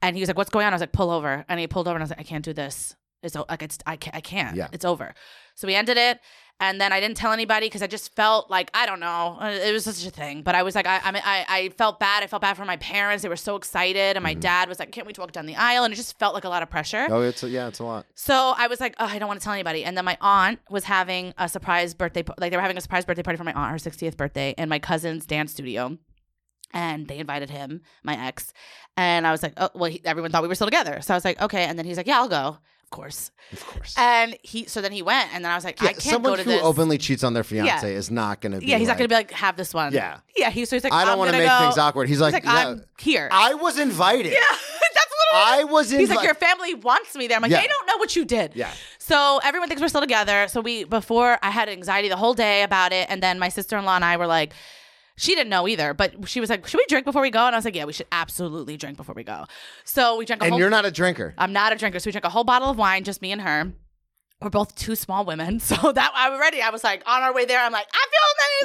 D: And he was like, What's going on? I was like, Pull over. And he pulled over, and I was like, I can't do this. It's o- like, it's, I, can't, I can't.
C: Yeah.
D: It's over. So we ended it. And then I didn't tell anybody because I just felt like I don't know. Uh, It was such a thing, but I was like, I, I, mean, I, I felt bad. I felt bad for my parents. They were so excited, and my
C: Mm-hmm.
D: dad was like, "Can't we walk down the aisle?" And it just felt like a lot of pressure.
C: Oh, it's yeah, it's a lot.
D: So I was like, oh, I don't want to tell anybody. And then my aunt was having a surprise birthday, like they were having a surprise birthday party for my aunt, her 60th birthday, in my cousin's dance studio. And they invited him, my ex. And I was like, oh, well, he, everyone thought we were still together. So I was like, okay. And then he's like, yeah, I'll go. Of course.
C: Of course.
D: And he, so then he went. And then I was like, I
C: Yeah,
D: can't
C: someone
D: go to
C: who
D: this.
C: openly cheats on their fiance is not going to be.
D: yeah, he's not
C: like,
D: going to be like, have this one.
C: Yeah.
D: Yeah. He, so he's like,
C: I don't
D: want to
C: make
D: go.
C: things awkward. He's
D: He's
C: like,
D: like,
C: yeah,
D: I'm here.
C: I was invited.
D: yeah. That's literally
C: I was invited.
D: He's like, your family wants me there. I'm like,
C: Yeah.
D: they don't know what you did.
C: Yeah.
D: So everyone thinks we're still together. So we before I had anxiety the whole day about it, and then my sister in law and I were like. She didn't know either, but she was like, "Should we drink before we go?" And I was like, "Yeah, we should absolutely drink before we go." So we drank. A
C: and
D: whole,
C: you're not a drinker.
D: I'm not a drinker, so we drank a whole bottle of wine, just me and her. We're both two small women, so that I already I was like on our way there. I'm like,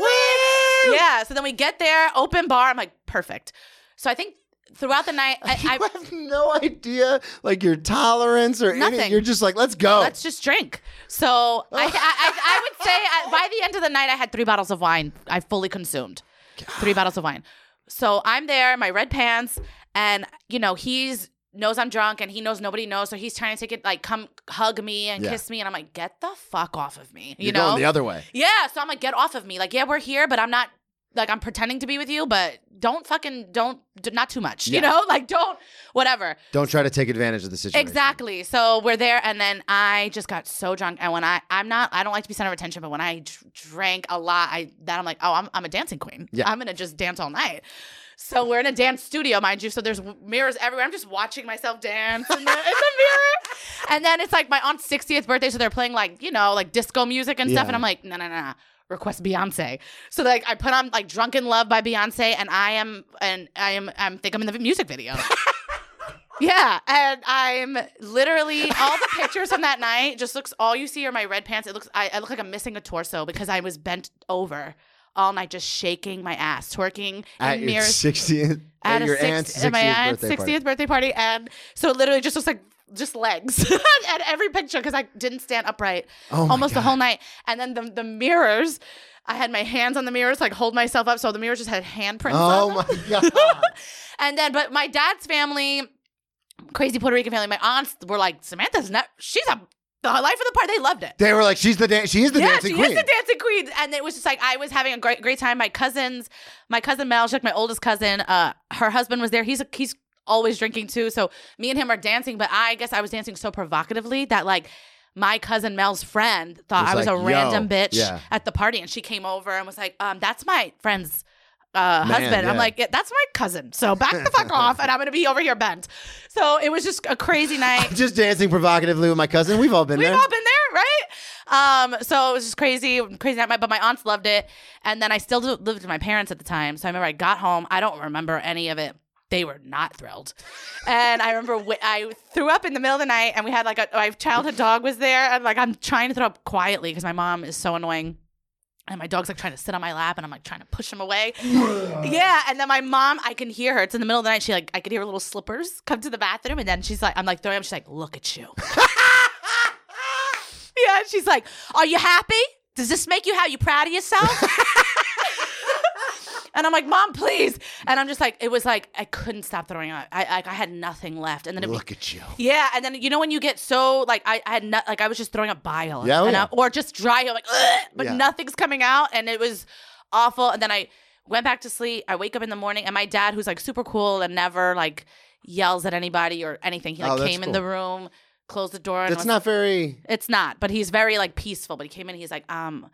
D: I feel amazing. Yeah. So then we get there, open bar. I'm like, perfect. So I think throughout the night, I,
C: you
D: I,
C: have no idea, like your tolerance or anything.
D: Nothing.
C: You're just like, let's go.
D: let's just drink. So I, I,
C: Oh.
D: I, I would say I, by the end of the night, I had three bottles of wine. I fully consumed three bottles of wine. So I'm there, in my red pants, and you know he's knows I'm drunk, and he knows nobody knows. So he's trying to take it like come hug me and
C: Yeah.
D: kiss me, and I'm like, get the fuck off of me, you
C: You're
D: know?
C: going the other way.
D: yeah. So I'm like, get off of me. Like, yeah, we're here, but I'm not. Like I'm pretending to be with you, but don't fucking don't d- not too much,
C: Yeah.
D: you know. Like don't whatever.
C: Don't try to take advantage of the situation.
D: Exactly. So we're there, and then I just got so drunk. And when I, I'm not, I don't like to be center of attention, but when I dr- drank a lot, I that I'm like, oh, I'm, I'm a dancing queen.
C: Yeah.
D: I'm gonna just dance all night. So we're in a dance studio, mind you. So there's w- mirrors everywhere. I'm just watching myself dance in the, in the mirror. And then it's like my aunt's 60th birthday, so they're playing like you know like disco music and
C: Yeah.
D: stuff, and I'm like, no, no, no, no. Request Beyonce. So like I put on like "Drunken Love" by Beyonce, and I am and I am I am think I'm in the vi- music video. Yeah, and I'm literally all the pictures from that night just looks all you see are my red pants. It looks I, I look like I'm missing a torso because I was bent over all night just shaking my ass, twerking
C: At
D: in
C: your
D: mirrors
C: 60th, at
D: at, a
C: your
D: six-
C: aunt's 60th
D: at my aunt's
C: birthday
D: 60th birthday party, and so it literally just looks like just legs at every picture because I didn't stand upright
C: Oh my
D: almost the
C: God.
D: whole night, and then the the mirrors. I had my hands on the mirrors, like hold myself up, so the mirrors just had handprints. on
C: Oh
D: them.
C: my god!
D: And then, but my dad's family, crazy Puerto Rican family, my aunts were like, Samantha's not, she's a, the life of the party. They loved it.
C: They were like, she's the dan- she is the
D: yeah,
C: dancing
D: she
C: queen.
D: is the dancing queen. And it was just like, I was having a great, great time. My cousins, my cousin Malchuk, my oldest cousin, uh, her husband was there. He's, a, he's always drinking too. So me and him are dancing, but I guess I was dancing so provocatively that like, my cousin Mel's friend thought
C: Was
D: I was
C: like,
D: a
C: "Yo."
D: random bitch
C: Yeah.
D: at the party, and she came over and was like, um, "That's my friend's uh,
C: Man,
D: husband. I'm
C: yeah.
D: like, yeah, that's my cousin. So back the fuck off, and I'm gonna be over here bent. So it was just a crazy night.
C: just dancing provocatively with my cousin. We've all been
D: We've
C: there.
D: all been there, right? Um, so it was just crazy, crazy night. But my aunts loved it, and then I still do- lived with my parents at the time. So I remember I got home. I don't remember any of it. They were not thrilled, and I remember wh- I threw up in the middle of the night, and we had like a my childhood dog was there, and like I'm trying to throw up quietly because my mom is so annoying. And my dog's like trying to sit on my lap, and I'm like trying to push him away. yeah, and then my mom, I can hear her. It's in the middle of the night. She like, I could hear her little slippers come to the bathroom, and then she's like, I'm like throwing up. She's like, look at you. Yeah, and she's like, "Are you happy? Does this make you how you proud of yourself?" and I'm like, "Mom, please." And I'm just like, it was like I couldn't stop throwing up. I like I had nothing left. And then it,
C: Look at you.
D: yeah, and then you know when you get so like I, I had not like I was just throwing up bile.
C: Yeah, oh
D: and uh,
C: yeah.
D: I- or just dry like, "Ugh," but
C: Yeah.
D: nothing's coming out, and it was awful. And then I Went back to sleep. I wake up in the morning, and my dad, who's like super cool and never like yells at anybody or anything, he
C: Oh,
D: like
C: that's
D: came in
C: cool.
D: the room, closed the door, and
C: That's
D: was
C: not very.
D: it's not, but he's very like peaceful. But he came in, he's like, um,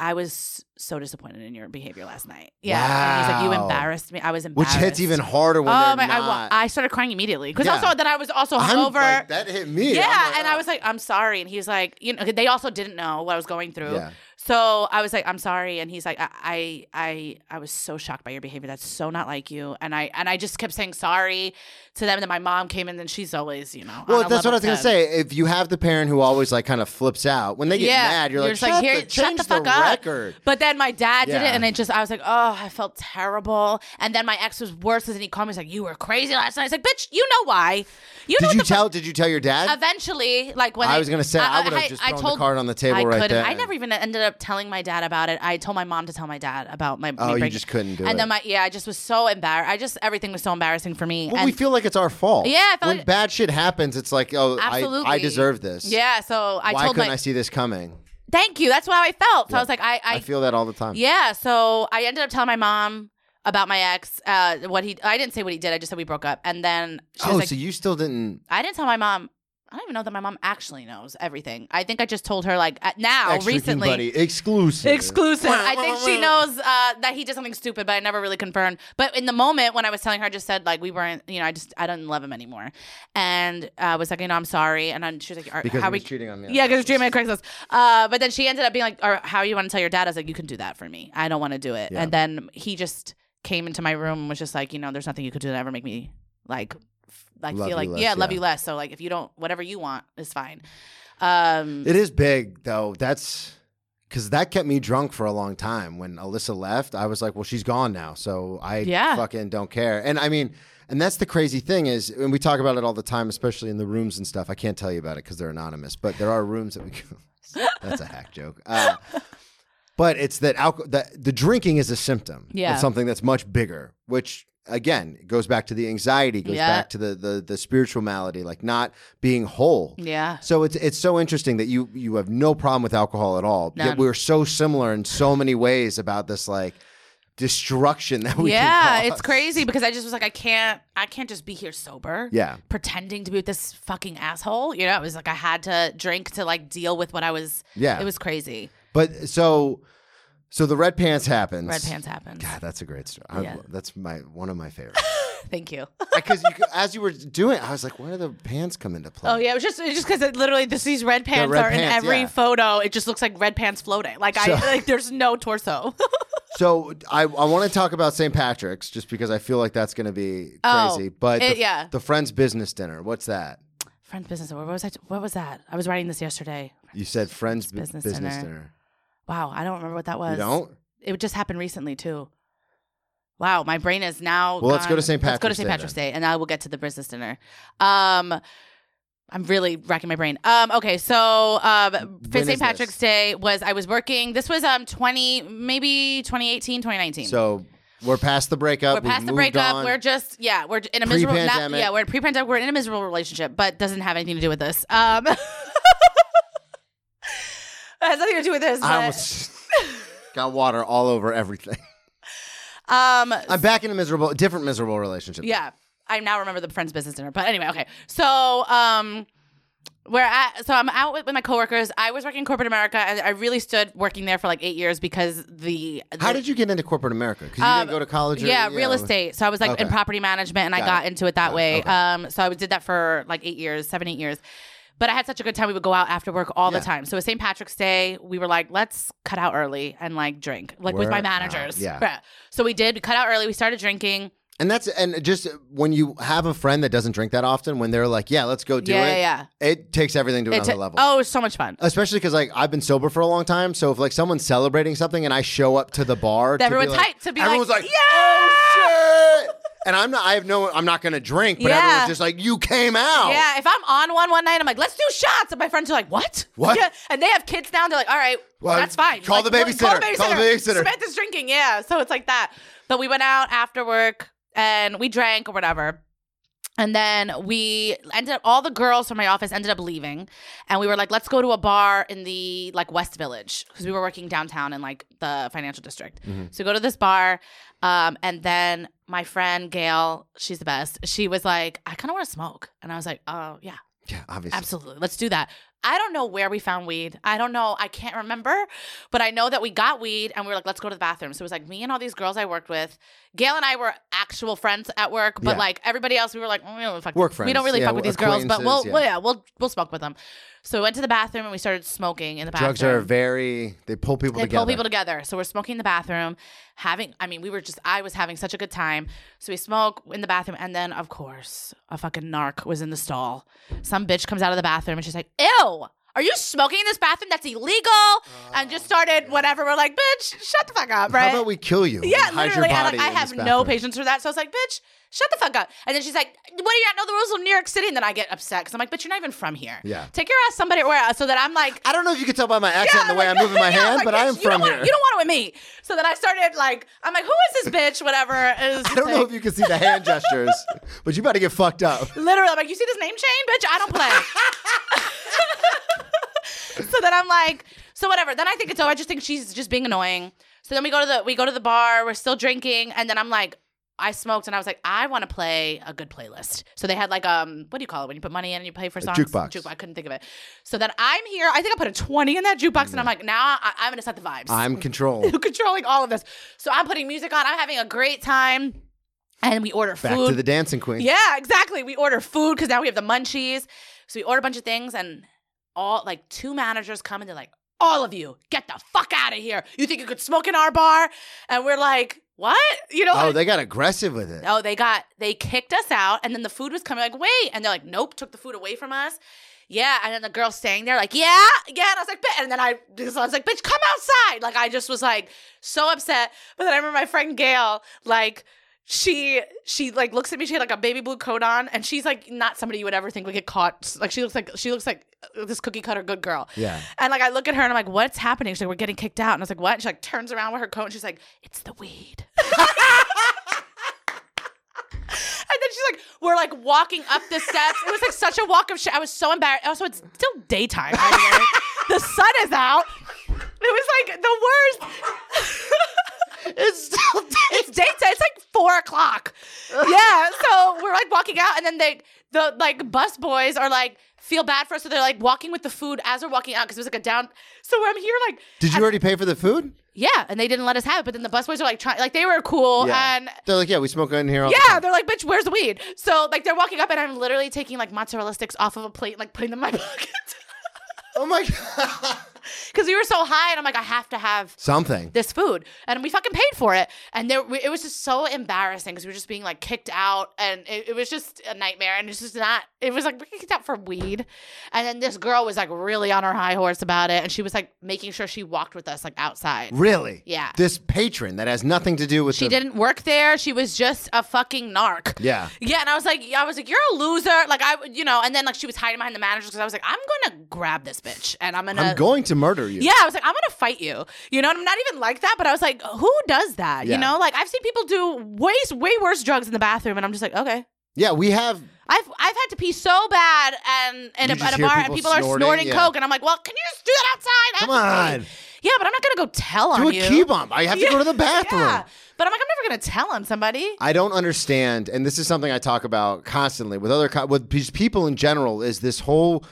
D: I was so disappointed in your behavior last night. Yeah. And he's like, you
C: Wow.
D: embarrassed me. I was
C: Which
D: embarrassed.
C: hits even harder when
D: oh
C: they're
D: my! I, wa-
C: not.
D: I started crying immediately because
C: Yeah.
D: also that I was also
C: I'm
D: hungover.
C: like, that hit me.
D: yeah,
C: I'm like,
D: and
C: oh.
D: I was like, I'm sorry, and he's like, you know, they also didn't know what I was going through.
C: Yeah.
D: So I was like, I'm sorry, and he's like, I, I, I, I was so shocked by your behavior. That's so not like you. And I, and I just kept saying sorry to them. And then my mom came in, and she's always, you know, on
C: Well,
D: a
C: that's what I
D: level
C: was gonna
D: 10.
C: say. If you have the parent who always like kind of flips out when they get
D: Yeah,
C: mad, you're, like,
D: you're just like,
C: shut,
D: "Here,
C: the,
D: shut
C: change
D: the fuck
C: the
D: up."
C: record.
D: But then my dad did
C: Yeah.
D: it, and it just I was like, oh, I felt terrible. And then my ex was worse, and he called me. He's like, you were crazy last night. I was like, bitch, you know why? You
C: Did
D: know what
C: you
D: the fuck-
C: tell? Did you tell your dad?
D: Eventually, like when
C: I
D: they-
C: was gonna say, I would've just thrown the card on the table
D: I
C: right
D: couldn't.
C: there.
D: I never even ended up telling my dad about it. I told my mom to tell my dad about my.
C: Oh,
D: me
C: you
D: breaking-
C: just couldn't do
D: and
C: it.
D: then my yeah, I just was so embarrassed. I just everything was so embarrassing for me.
C: Well,
D: and
C: we feel like it's our fault.
D: Yeah, I felt
C: when
D: like-
C: bad shit happens, it's like, oh, I,
D: absolutely,
C: I deserve this.
D: Yeah, so I
C: Why
D: told
C: couldn't
D: my
C: I see this coming?
D: thank you. That's how I felt. So
C: Yeah.
D: I was like, I,
C: I,
D: I
C: feel that all the time.
D: Yeah, so I ended up telling my mom about my ex, uh, what he. I didn't say what he did. I just said we broke up, and then she was
C: Oh,
D: like,
C: so you still didn't?
D: "I didn't tell my mom. I don't even know that my mom actually knows everything. I think I just told her like at- now
C: Extra King
D: recently."
C: buddy, exclusive.
D: Exclusive. I think she knows uh, that he did something stupid, but I never really confirmed. But in the moment when I was telling her, I just said like we weren't, you know, I just I don't love him anymore, and uh, I was like, you know, I'm sorry, and then she was like, "Are-
C: Because
D: how
C: he was
D: we
C: cheating on me on
D: Yeah, because treating me on Craigslist. Uh, but then she ended up being like, or how you want to tell your dad? I was like, you can do that for me. I don't want to do it.
C: Yeah.
D: And then he just came into my room and was just like, you know, there's nothing you could do to ever make me like. f- Like
C: Love you
D: feel like
C: less,
D: yeah, love
C: yeah.
D: you less. So like if you don't whatever you want is fine. Um
C: It is big though. That's because that kept me drunk for a long time. When Alyssa left, I was like, well, she's gone now, so I
D: Yeah.
C: fucking don't care. And I mean, and that's the crazy thing is, and we talk about it all the time, especially in the rooms and stuff. I can't tell you about it because they're anonymous, but there are rooms that we. go. that's a hack joke. Uh, but it's that alcohol. The, the drinking is a symptom
D: Yeah.
C: of something that's much bigger, which. Again, it goes back to the anxiety, goes
D: Yeah.
C: back to the, the the spiritual malady, like not being whole.
D: yeah.
C: So it's it's so interesting that you you have no problem with alcohol at all. Yet
D: None.
C: we're so similar in so many ways about this like destruction that we can
D: yeah
C: cause.
D: it's crazy because i just was like i can't i can't just be here sober
C: Yeah.
D: pretending to be with this fucking asshole you know it was like i had to drink to like deal with what i was
C: Yeah.
D: it was crazy
C: But so so the red pants happens.
D: red pants happened
C: God, that's a great story. I
D: Yeah.
C: lo- that's my one of my favorites
D: thank you
C: because as you were doing, it, I was like, where do the pants come into play?
D: oh yeah it was just it's just because literally this, these red pants
C: red
D: are in
C: pants,
D: every
C: yeah.
D: photo it just looks like red pants floating like i
C: So-
D: like there's no torso
C: So I, I want to talk about St. Patrick's just because I feel like that's going to be
D: Oh,
C: crazy. but
D: it-
C: the,
D: yeah.
C: the friend's business dinner. What's that?
D: friends business award what was i what was that i was writing this yesterday
C: You said friends bu- business,
D: Business
C: dinner.
D: dinner. wow i don't remember what that was
C: You don't.
D: it just happened recently too. Wow, my brain is now.
C: Well, let's go
D: gone.
C: to St.
D: Let's go to
C: Patrick's Day
D: St. Patrick's
C: then.
D: Day, and I will get to the business dinner. Um, I'm really racking my brain. Um, okay, so um, for
C: When is
D: St. Patrick's
C: this?
D: Day was I was working. This was um 20 maybe 2018 2019.
C: So we're past the breakup.
D: we're
C: We've
D: past the
C: moved
D: breakup.
C: on.
D: We're just yeah, we're in a miserable. Not,
C: Pre-pandemic.
D: yeah, we're pre-pandemic. We're in a miserable relationship, but doesn't have anything to do with this. Um, it has nothing to do with this.
C: I
D: but,
C: almost got water all over everything.
D: um,
C: I'm back in a miserable, different miserable relationship.
D: Yeah. I now remember the friends business dinner. But anyway, okay. So um we're at so I'm out with, with my coworkers. I was working in corporate America and I really stood working there for like eight years because the,
C: How did you get into corporate America? Because you didn't go to college. Or,
D: Um, yeah,
C: you
D: real
C: know.
D: estate. So I was like in
C: Okay.
D: property management and I
C: Got
D: got
C: it.
D: into it that
C: Got it.
D: way.
C: Okay.
D: Um so I did that for like eight years, seven, eight years. But I had such a good time. We would go out after work all
C: Yeah.
D: the time. So with St. Patrick's Day, we were like, let's cut out early and like drink, like with
C: Word.
D: my
C: Wow.
D: managers.
C: Ah, Yeah.
D: So we did. We cut out early. We started drinking.
C: And that's and just when you have a friend that doesn't drink that often, when they're like, "Yeah, let's go do
D: Yeah,
C: it,"
D: yeah,
C: it takes everything to
D: It
C: another
D: ta-
C: level.
D: Oh, it was so much fun.
C: Especially because like I've been sober for a long time, so if like someone's celebrating something and I show up to the bar, to be
D: everyone's
C: like-
D: hyped to be
C: everyone's like,
D: like,
C: oh shit!" And I'm not, I have no, I'm not gonna drink, but
D: Yeah.
C: everyone's just like, you came out.
D: Yeah, if I'm on one one night, I'm like, let's do shots. And my friends are like, what?
C: What?
D: Yeah, and they have kids now. They're like, all right,
C: Well,
D: that's fine.
C: call
D: Like,
C: the
D: well, Call
C: babysitter.
D: the babysitter.
C: Call the babysitter.
D: Samantha's drinking. Yeah, so it's like that. But we went out after work and we drank or whatever. And then we ended up all the girls from my office ended up leaving, and we were like, let's go to a bar in the like West Village because we were working downtown in like the financial district.
C: Mm-hmm.
D: So we go to this bar, um, and then my friend Gail, she's the best. She was like, I kind of want to smoke, and I was like, oh yeah,
C: Yeah, obviously.
D: Absolutely. Let's do that. I don't know where we found weed. I don't know. I can't remember, but I know that we got weed and we were like, let's go to the bathroom. So it was like me and all these girls I worked with. Gail and I were actual friends at work, but
C: Yeah.
D: like everybody else, we were like, "Mm, we don't fuck
C: Work
D: We don't
C: friends.
D: really
C: Yeah,
D: fuck with these girls, but we'll,
C: acquaintances, yeah.
D: well, yeah, we'll we'll smoke with them. So we went to the bathroom and we started smoking in the bathroom.
C: Drugs are very, they pull people
D: They
C: together.
D: pull people together. So we're smoking in the bathroom, having, I mean, we were just, I was having such a good time. So we smoke in the bathroom. And then, of course, a fucking narc was in the stall. Some bitch comes out of the bathroom and she's like, ew. Are you smoking in this bathroom? That's illegal. and just started whatever. We're like, bitch, shut the fuck up, right?
C: Oh, How about we kill you?
D: Yeah,
C: and hide
D: literally.
C: Your
D: I,
C: body
D: like, I
C: in
D: have
C: this
D: no
C: bathroom?
D: patience for that. So I was like, bitch, shut the fuck up. And then she's like, what do you not know the rules of New York City? And then I get upset because I'm like, bitch, you're not even from here.
C: Yeah.
D: Take your ass somebody where else so that I'm like,
C: I don't know if you can tell by my accent and the way I'm moving my
D: yeah,
C: hand,
D: like,
C: but I
D: bitch,
C: am
D: you
C: from
D: don't
C: here.
D: Want, you don't want it with me. So then I started like, I'm like, who is this bitch? Whatever. I
C: I don't know if you can see the hand gestures, but you about to get fucked up.
D: Literally, I'm like, you see this name chain, bitch? I don't play. so then I'm like, so whatever. Then I think it's over. I just think she's just being annoying. So then we go to the we go to the bar. We're still drinking, and then I'm like, I smoked, and I was like, I want to play a good playlist. So they had like um, what do you call it when you put money in and you play for songs?
C: jukebox.
D: I couldn't think of it. So then I'm here. I think I put a twenty in that jukebox, and I'm like, now I, I'm gonna set the vibes.
C: I'm control.
D: controlling all of this. So I'm putting music on. I'm having a great time. And we order
C: Back
D: food.
C: to the dancing queen.
D: yeah, exactly. We order food because now we have the munchies. So we order a bunch of things, and all like two managers come and they're like, "All of you, get the fuck out of here! You think you could smoke in our bar?" And we're like, "What?" You know?
C: Oh,
D: like-
C: they got aggressive with it.
D: Oh, they got they kicked us out, and then the food was coming. Like, wait, and they're like, nope, took the food away from us. Yeah, and then the girl staying there, like, yeah, yeah, and I was like, bitch, and then I, so I was like, bitch, come outside. Like, I just was like so upset. But then I remember my friend Gail, like, she she like looks at me. She had like a baby blue coat on, and she's like not somebody you would ever think would get caught. Like she looks like she looks like uh, this cookie cutter good girl.
C: Yeah.
D: And like I look at her and I'm like, what's happening? She's like, we're getting kicked out. And I was like, what? And she like turns around with her coat and she's like, it's the weed. And then she's like, we're like walking up the steps. It was like such a walk of shit. I was so embarrassed. Also, it's still daytime. by the way. the sun is out. It was like the worst. it's still daytime. It's daytime. It's like four o'clock. Yeah. So we're like walking out, and then they the like bus boys are like feel bad for us, so they're like walking with the food as we're walking out because it was like a down. So I'm here like
C: Did you already pay for the food?
D: yeah, and they didn't let us have it. But then the bus boys are like trying, like they were cool and.
C: They're like, yeah, we smoke in here all the
D: Yeah,
C: time.
D: they're like, bitch, where's the weed? So like they're walking up and I'm literally taking like mozzarella sticks off of a plate, and, like putting them in my pocket.
C: Oh my god.
D: Because we were so high, and I'm like, I have to have
C: Something.
D: this food, and we fucking paid for it, and there we, it was just so embarrassing because we were just being like kicked out, and it, it was just a nightmare, and it's just not. It was like we kicked out for weed, and then this girl was like really on her high horse about it, and she was like making sure she walked with us like outside.
C: Really?
D: Yeah.
C: This patron that has nothing to do with
D: She
C: the-
D: didn't work there. She was just a fucking narc.
C: Yeah.
D: Yeah, and I was like, I was like, you're a loser. Like I, you know, and then like she was hiding behind the manager because I was like, I'm gonna grab this bitch and I'm gonna.
C: I'm going to murder you.
D: Yeah, I was like, I'm gonna fight you. You know, and I'm not even like that, but I was like, who does that?
C: Yeah.
D: You know, like I've seen people do way way worse drugs in the bathroom, and I'm just like, okay.
C: Yeah, we have
D: I've I've had to pee so bad and in
C: You
D: a,
C: just
D: at a
C: hear
D: bar
C: people
D: and people are
C: snorting,
D: snorting
C: yeah.
D: coke, and I'm like, well, can you just do that outside? I have
C: Come
D: to
C: on.
D: pee. Yeah, but I'm not gonna go tell
C: do
D: on
C: a
D: you.
C: key bump. I have to go to the bathroom.
D: Yeah, but I'm like, I'm never gonna tell on somebody.
C: I don't understand, and this is something I talk about constantly with other co- with these people in general. Is this whole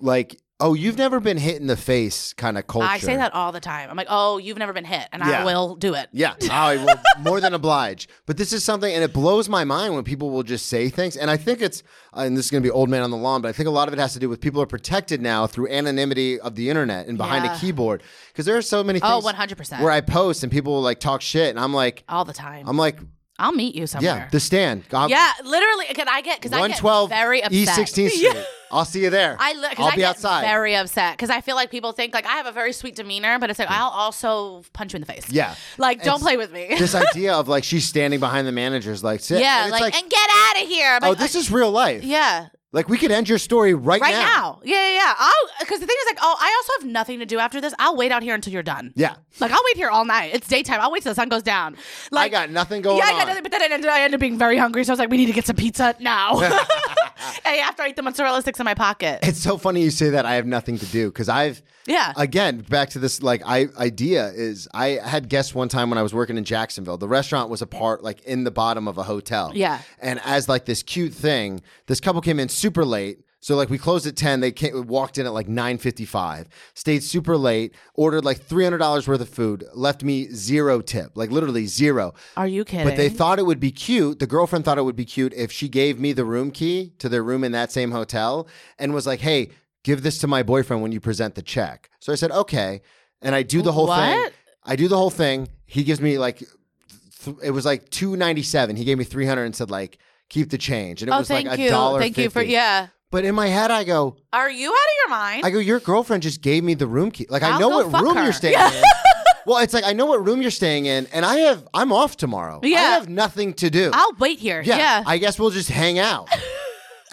C: like, oh, you've never been hit in the face kind of culture?
D: I say that all the time. I'm like, oh, you've never been hit, and
C: Yeah.
D: I will do it.
C: Yeah, I will more than oblige. But this is something, and it blows my mind when people will just say things. And I think it's, uh, and this is going to be old man on the lawn, but I think a lot of it has to do with people are protected now through anonymity of the internet and behind a
D: Yeah.
C: keyboard. Because there are so many
D: Oh,
C: things
D: 100%.
C: where I post and people will like talk shit, and I'm like,
D: All the time.
C: I'm like,
D: i will meet you somewhere.
C: yeah, the stand. I'm-
D: yeah, literally. Can I get because I get
C: 112
D: very upset.
C: E 16th Street. I'll see you there.
D: I li- 'cause
C: I'll
D: I
C: be
D: get
C: outside.
D: Very upset because I feel like people think like I have a very sweet demeanor, but it's like I'll also punch you in the face.
C: Yeah.
D: like don't
C: It's-
D: play with me.
C: this idea of like she's standing behind the managers, like sit.
D: yeah,
C: and it's
D: like, and get out of here. I'm
C: oh,
D: like,
C: this is real life.
D: yeah.
C: Like we could end your story right,
D: Right now. Yeah, yeah, yeah. I'll because the thing is like, oh, I also have nothing to do after this. I'll wait out here until you're done.
C: Yeah.
D: Like I'll wait here all night. It's daytime. I'll wait till the sun goes down. Like
C: got nothing going
D: Yeah, I
C: on.
D: got nothing. But then I ended, I ended up being very hungry, so I was like, we need to get some pizza now. hey, after I eat the mozzarella sticks in my pocket.
C: It's so funny you say that. I have nothing to do because I've
D: Yeah.
C: Again, back to this like I idea is I had guests one time when I was working in Jacksonville. The restaurant was apart, like in the bottom of a hotel.
D: Yeah.
C: And as like this cute thing, this couple came in super late. So like we closed at ten. They came, walked in at like nine fifty five. Stayed super late. Ordered like three hundred dollars worth of food. Left me zero tip. Like literally zero.
D: Are you kidding?
C: But they thought it would be cute. The girlfriend thought it would be cute if she gave me the room key to their room in that same hotel and was like, hey, give this to my boyfriend when you present the check. So I said, okay. And I do the whole thing.
D: What?
C: I do the whole thing. He gives me like, th- it was like 297. He gave me 300 and said, like, keep the change. And it
D: oh,
C: was
D: thank
C: like a
D: you.
C: dollar.
D: Thank you for
C: 50.
D: yeah.
C: But in my head, I go,
D: Are you out of your mind?
C: I go, your girlfriend just gave me the room key. Like, i
D: I'll
C: know
D: go
C: what
D: fuck
C: room
D: her.
C: you're staying in. Well, it's like I know what room you're staying in, and I have I'm off tomorrow. I
D: Yeah.
C: have nothing to do.
D: I'll wait here.
C: yeah,
D: Yeah.
C: I guess we'll just hang out.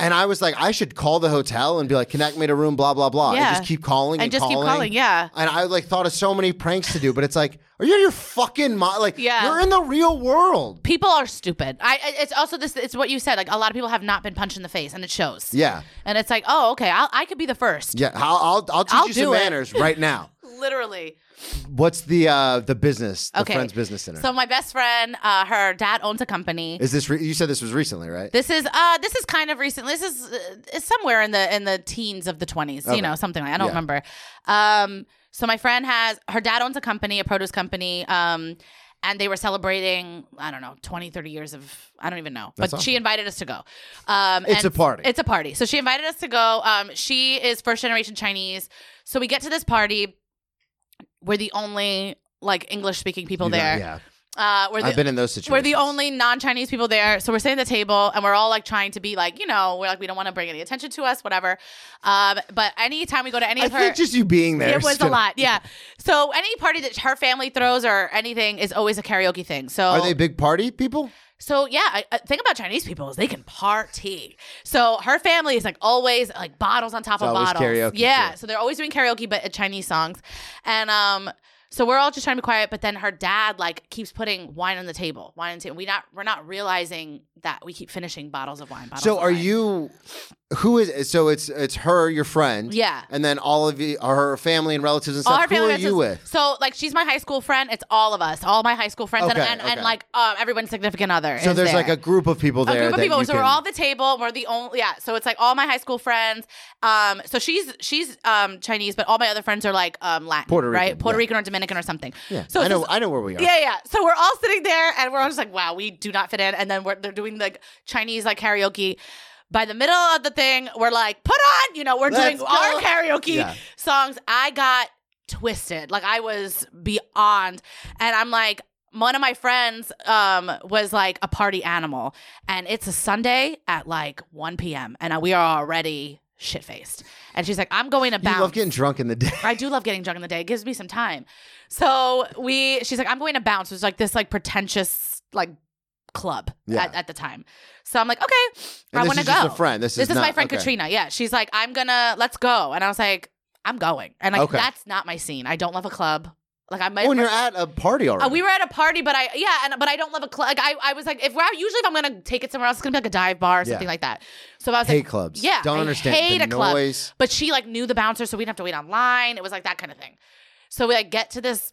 C: and I was like, I should call the hotel and be like, connect me to room, blah blah blah,
D: Yeah.
C: and just keep calling and,
D: And just keep calling, yeah.
C: And I like thought of so many pranks to do, but it's like, are you out of your fucking mind? Like,
D: Yeah.
C: you're in the real world.
D: people are stupid. I I- it's also this it's what you said. Like a lot of people have not been punched in the face, and it shows.
C: Yeah,
D: And it's like, oh, okay, I'll, I could be the first.
C: yeah. I'll I'll, I'll teach
D: I'll
C: you some
D: do it.
C: manners right now.
D: Literally.
C: What's the uh the business? The
D: Okay.
C: Friends Business Center.
D: So my best friend, uh, her dad owns a company.
C: is this re- you said this was recently, right?
D: this is uh, this is kind of recent. This is uh, it's somewhere in the in the teens of the twenties,
C: Okay.
D: you know, something like I don't
C: Yeah.
D: remember. Um, so my friend has her dad owns a company, a produce company. Um, and they were celebrating, I don't know, 20, 30 years of, I don't even know.
C: That's
D: but she invited us to go. Um,
C: It's
D: and
C: a party.
D: It's a party. So she invited us to go. Um, she is first generation Chinese. So we get to this party. We're the only like English speaking people
C: You got-
D: there.
C: yeah.
D: Uh, we're the
C: I've been in those situations.
D: we're the only non-Chinese people there, so we're sitting at the table, and we're all like trying to be like, you know, we're like we don't want to bring any attention to us, whatever. Um, but anytime we go to any
C: I
D: of her,
C: think just you being there.
D: it
C: is
D: was a
C: gonna-
D: lot, yeah. So any party that her family throws or anything is always a karaoke thing. So
C: Are they big party people?
D: so yeah, I, I think about Chinese people is they can party. So her family is like always like bottles on top
C: It's
D: of
C: always
D: bottles.
C: karaoke,
D: yeah,
C: too.
D: so they're always doing karaoke, but uh, Chinese songs, and um. So we're all just trying to be quiet, but then her dad like keeps putting wine on the table, wine on the table. We not we're not realizing that we keep finishing bottles of wine. Bottles
C: So
D: of
C: are
D: wine.
C: you? Who is? So it's it's her, your friend.
D: Yeah.
C: And then all of you, are her family and relatives and
D: All
C: stuff.
D: her family
C: who are you
D: members-
C: with?
D: So like she's my high school friend. It's all of us, all my high school friends,
C: Okay,
D: and and,
C: okay.
D: and like um, everyone's significant other.
C: So
D: is
C: there's
D: there.
C: like a group of people there.
D: a group of
C: that
D: people.
C: you
D: So
C: can,
D: we're all at the table. We're the only yeah. So it's like all my high school friends. Um, so she's she's um Chinese, but all my other friends are like um Latin,
C: Puerto
D: right?
C: Rican,
D: Puerto
C: yeah.
D: Rican or Dominican or something.
C: Yeah.
D: So
C: I
D: it's
C: know.
D: just-
C: I know where we are.
D: yeah, yeah. So we're all sitting there, and we're all just like, "Wow, we do not fit in." And then we're they're doing like Chinese like karaoke. By the middle of the thing, we're like, "Put on," you know, we're
C: Let's
D: doing our
C: go.
D: karaoke
C: Yeah.
D: songs. I got twisted, like I was beyond, and I'm like. One of my friends um, was like a party animal, and it's a Sunday at like 1 p.m. and we are already shit faced. And she's like, "I'm going to
C: You
D: bounce."
C: love getting drunk in the day.
D: I do love getting drunk in the day. It gives me some time. So we, she's like, I'm going to bounce. It was like this like pretentious like club
C: Yeah.
D: at, at the time. So I'm like, okay,
C: And
D: I
C: this
D: want to
C: is
D: go.
C: just a friend. This is
D: this is my
C: not-
D: friend
C: okay.
D: Katrina. Yeah, she's like, I'm gonna let's go, and I was like, I'm going, and like
C: Okay.
D: that's not my scene. I don't love a club. Like I might.
C: When you're at a party already.
D: Uh, we were at a party, but I yeah, and but I don't love a club. Like I, I was like, if we're usually if I'm gonna take it somewhere else, it's gonna be like a dive bar or
C: Yeah.
D: something like that. So I was
C: Hate
D: like,
C: clubs.
D: Yeah,
C: Don't
D: I
C: understand
D: Hate
C: the
D: a club.
C: noise.
D: But she like knew the bouncer, so we didn't have to wait online. It was like that kind of thing. So we like get to this.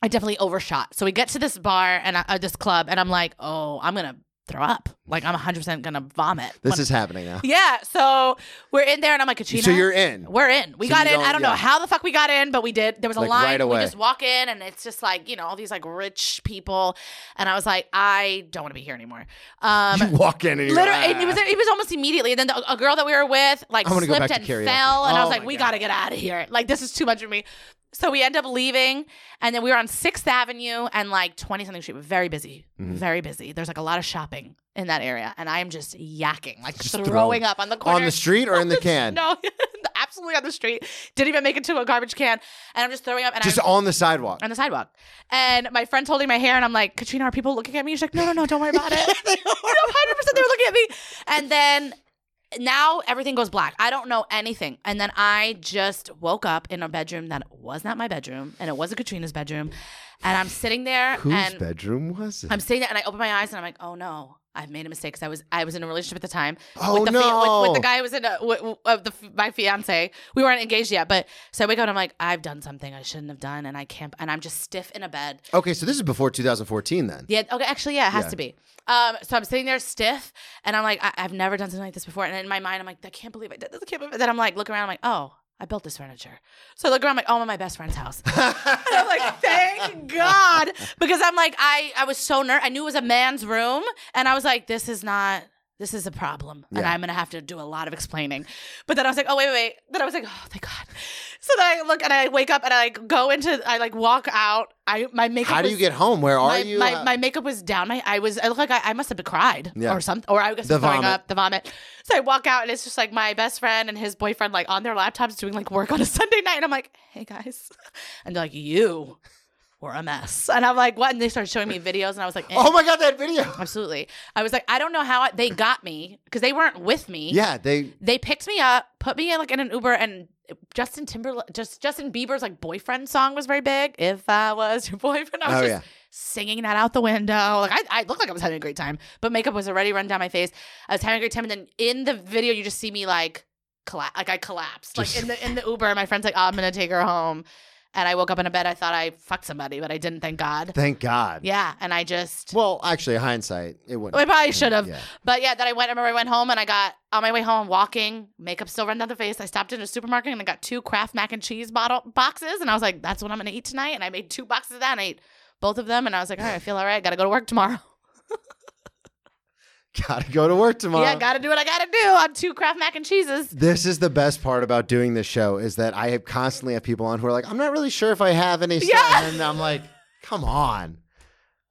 D: I definitely overshot. So we get to this bar and I, uh, this club, and I'm like, oh, I'm gonna throw up. Like I'm 100 percent gonna vomit.
C: this is happening now.
D: yeah. So we're in there, and I'm like, Katrina.
C: So you're in.
D: We're in. We
C: So
D: got
C: you
D: in.
C: don't-
D: I don't
C: yeah.
D: know how the fuck we got in, but we did. There was a
C: Like,
D: line.
C: right away.
D: We just walk in, and it's just like you know all these like rich people, and I was like, I don't want to be here anymore. Um,
C: you walk in and you're
D: literally,
C: ah.
D: it was it was almost immediately. And then the, a girl that we were with like
C: I wanna go
D: slipped
C: back
D: and
C: to
D: fell,
C: karaoke.
D: and I
C: Oh
D: was like,
C: my
D: we
C: God.
D: gotta get out of here. Like this is too much for me. So we end up leaving, and then we were on Sixth Avenue and like Twenty Something Street. Very busy,
C: Mm-hmm.
D: very busy. There's like a lot of shopping in that area, and I am just yakking, like throwing,
C: throwing.
D: up on the corner
C: on the street or in the can.
D: no, absolutely on the street. Didn't even make it to a garbage can, and I'm just throwing up. And
C: Just
D: I'm,
C: on the sidewalk.
D: on the sidewalk. And my friend's holding my hair, and I'm like, Katrina, are people looking at me? She's like, No, no, no, don't worry about it. 100 percent they were looking at me. And then now everything goes black. I don't know anything. And then I just woke up in a bedroom that was not my bedroom and it wasn't Katrina's bedroom. And I'm sitting there
C: Whose
D: and
C: bedroom was it?
D: I'm sitting there and I open my eyes and I'm like, oh no, I've made a mistake. Cause I was I was in a relationship at the time.
C: Oh,
D: with the fi- with- with,
C: no.
D: the guy who was in a, with, of the f- my fiance. We weren't engaged yet, but so I wake up and I'm like, I've done something I shouldn't have done, and I can't. And I'm just stiff in a bed.
C: okay, so this is before 2014 then.
D: Yeah. Okay. Actually, yeah, it has
C: Yeah.
D: to be. Um. So I'm sitting there stiff, and I'm like, I- I've never done something like this before. And in my mind, I'm like, I can't believe I did this. I can't believe. It. Then I'm like, look around. I'm like, oh. I built this furniture. So I look around, I'm like, oh, I'm at my best friend's house. and I'm like, thank God. Because I'm like, I, I was so nervous. I knew it was a man's room. And I was like, this is not, this is a problem. And
C: Yeah.
D: I'm going to have to do a lot of explaining. But then I was like, oh, wait, wait, wait. Then I was like, oh, thank God. So then I look and I wake up and I like go into, I like walk out. I, my makeup
C: How do
D: was-
C: you get home? Where are
D: my,
C: you? Uh,
D: My,
C: How-
D: my makeup was down. My I was I look like I, I must have cried
C: Yeah.
D: or something, or I was
C: The
D: throwing
C: vomit.
D: up the vomit. So I walk out and it's just like my best friend and his boyfriend like on their laptops doing like work on a Sunday night, and I'm like, hey guys, and they're like, you were a mess, and I'm like, what? And they started showing me videos, and I was like, eh.
C: oh my god, that video.
D: absolutely. I was like, I don't know how I, they got me because they weren't with me.
C: Yeah, they
D: They picked me up, put me in like in an Uber, and Justin Timberlake, just Justin Bieber's like boyfriend song was very big. If I was your boyfriend, I was
C: Oh,
D: just
C: yeah.
D: singing that out the window. Like I, I looked like I was having a great time, but makeup was already run down my face. I was having a great time, and then in the video, you just see me like collapse, like I collapsed, like
C: Just-
D: in the in the Uber. My friend's like, oh, "I'm gonna take her home," and I woke up in a bed. I thought I fucked somebody, but I didn't. Thank God.
C: thank God.
D: yeah, and I just
C: Well, actually, hindsight, it wouldn't.
D: I probably should have.
C: Yeah.
D: But yeah, then I went. I remember I went home and I got on my way home walking, makeup still running down the face. I stopped in a supermarket and I got two Kraft mac and cheese bottle boxes, and I was like, "That's what I'm gonna eat tonight." And I made two boxes of that and I ate both of them, and I was like, "All right, I feel all right. Got to go to work tomorrow.
C: Gotta go to work tomorrow.
D: Yeah, got to do what I got to do on two Kraft mac and cheeses."
C: This is the best part about doing this show is that I have constantly have people on who are like, I'm not really sure if I have any stuff.
D: Yeah.
C: And I'm like, come on.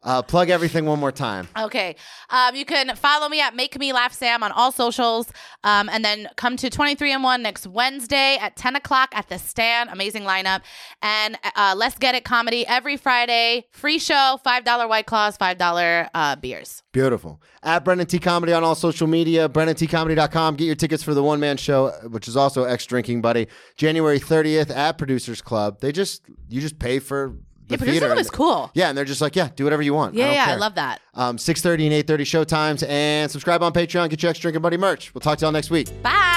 C: Uh, plug everything one more time.
D: Okay, um, you can follow me at Make Me Laugh Sam on all socials, um, and then come to 23M1 next Wednesday at 10 o'clock at the Stand. Amazing lineup, and uh, Let's Get It Comedy every Friday. Free show, five dollar white claws, five dollar uh, beers.
C: Beautiful. At Brennan T Comedy on all social media, BrennanTComedy.com. Get your tickets for the one man show, which is also ex drinking buddy, January 30th at Producers Club. They just, you just pay for the
D: Yeah, Producer
C: theater.
D: Club is cool.
C: Yeah, and they're just like, yeah, do whatever you want.
D: Yeah,
C: don't
D: yeah, I
C: care.
D: love that.
C: Um, 6.30 and 8.30 show times. And subscribe on Patreon. Get your ex drinking buddy merch. We'll talk to y'all next week.
D: Bye.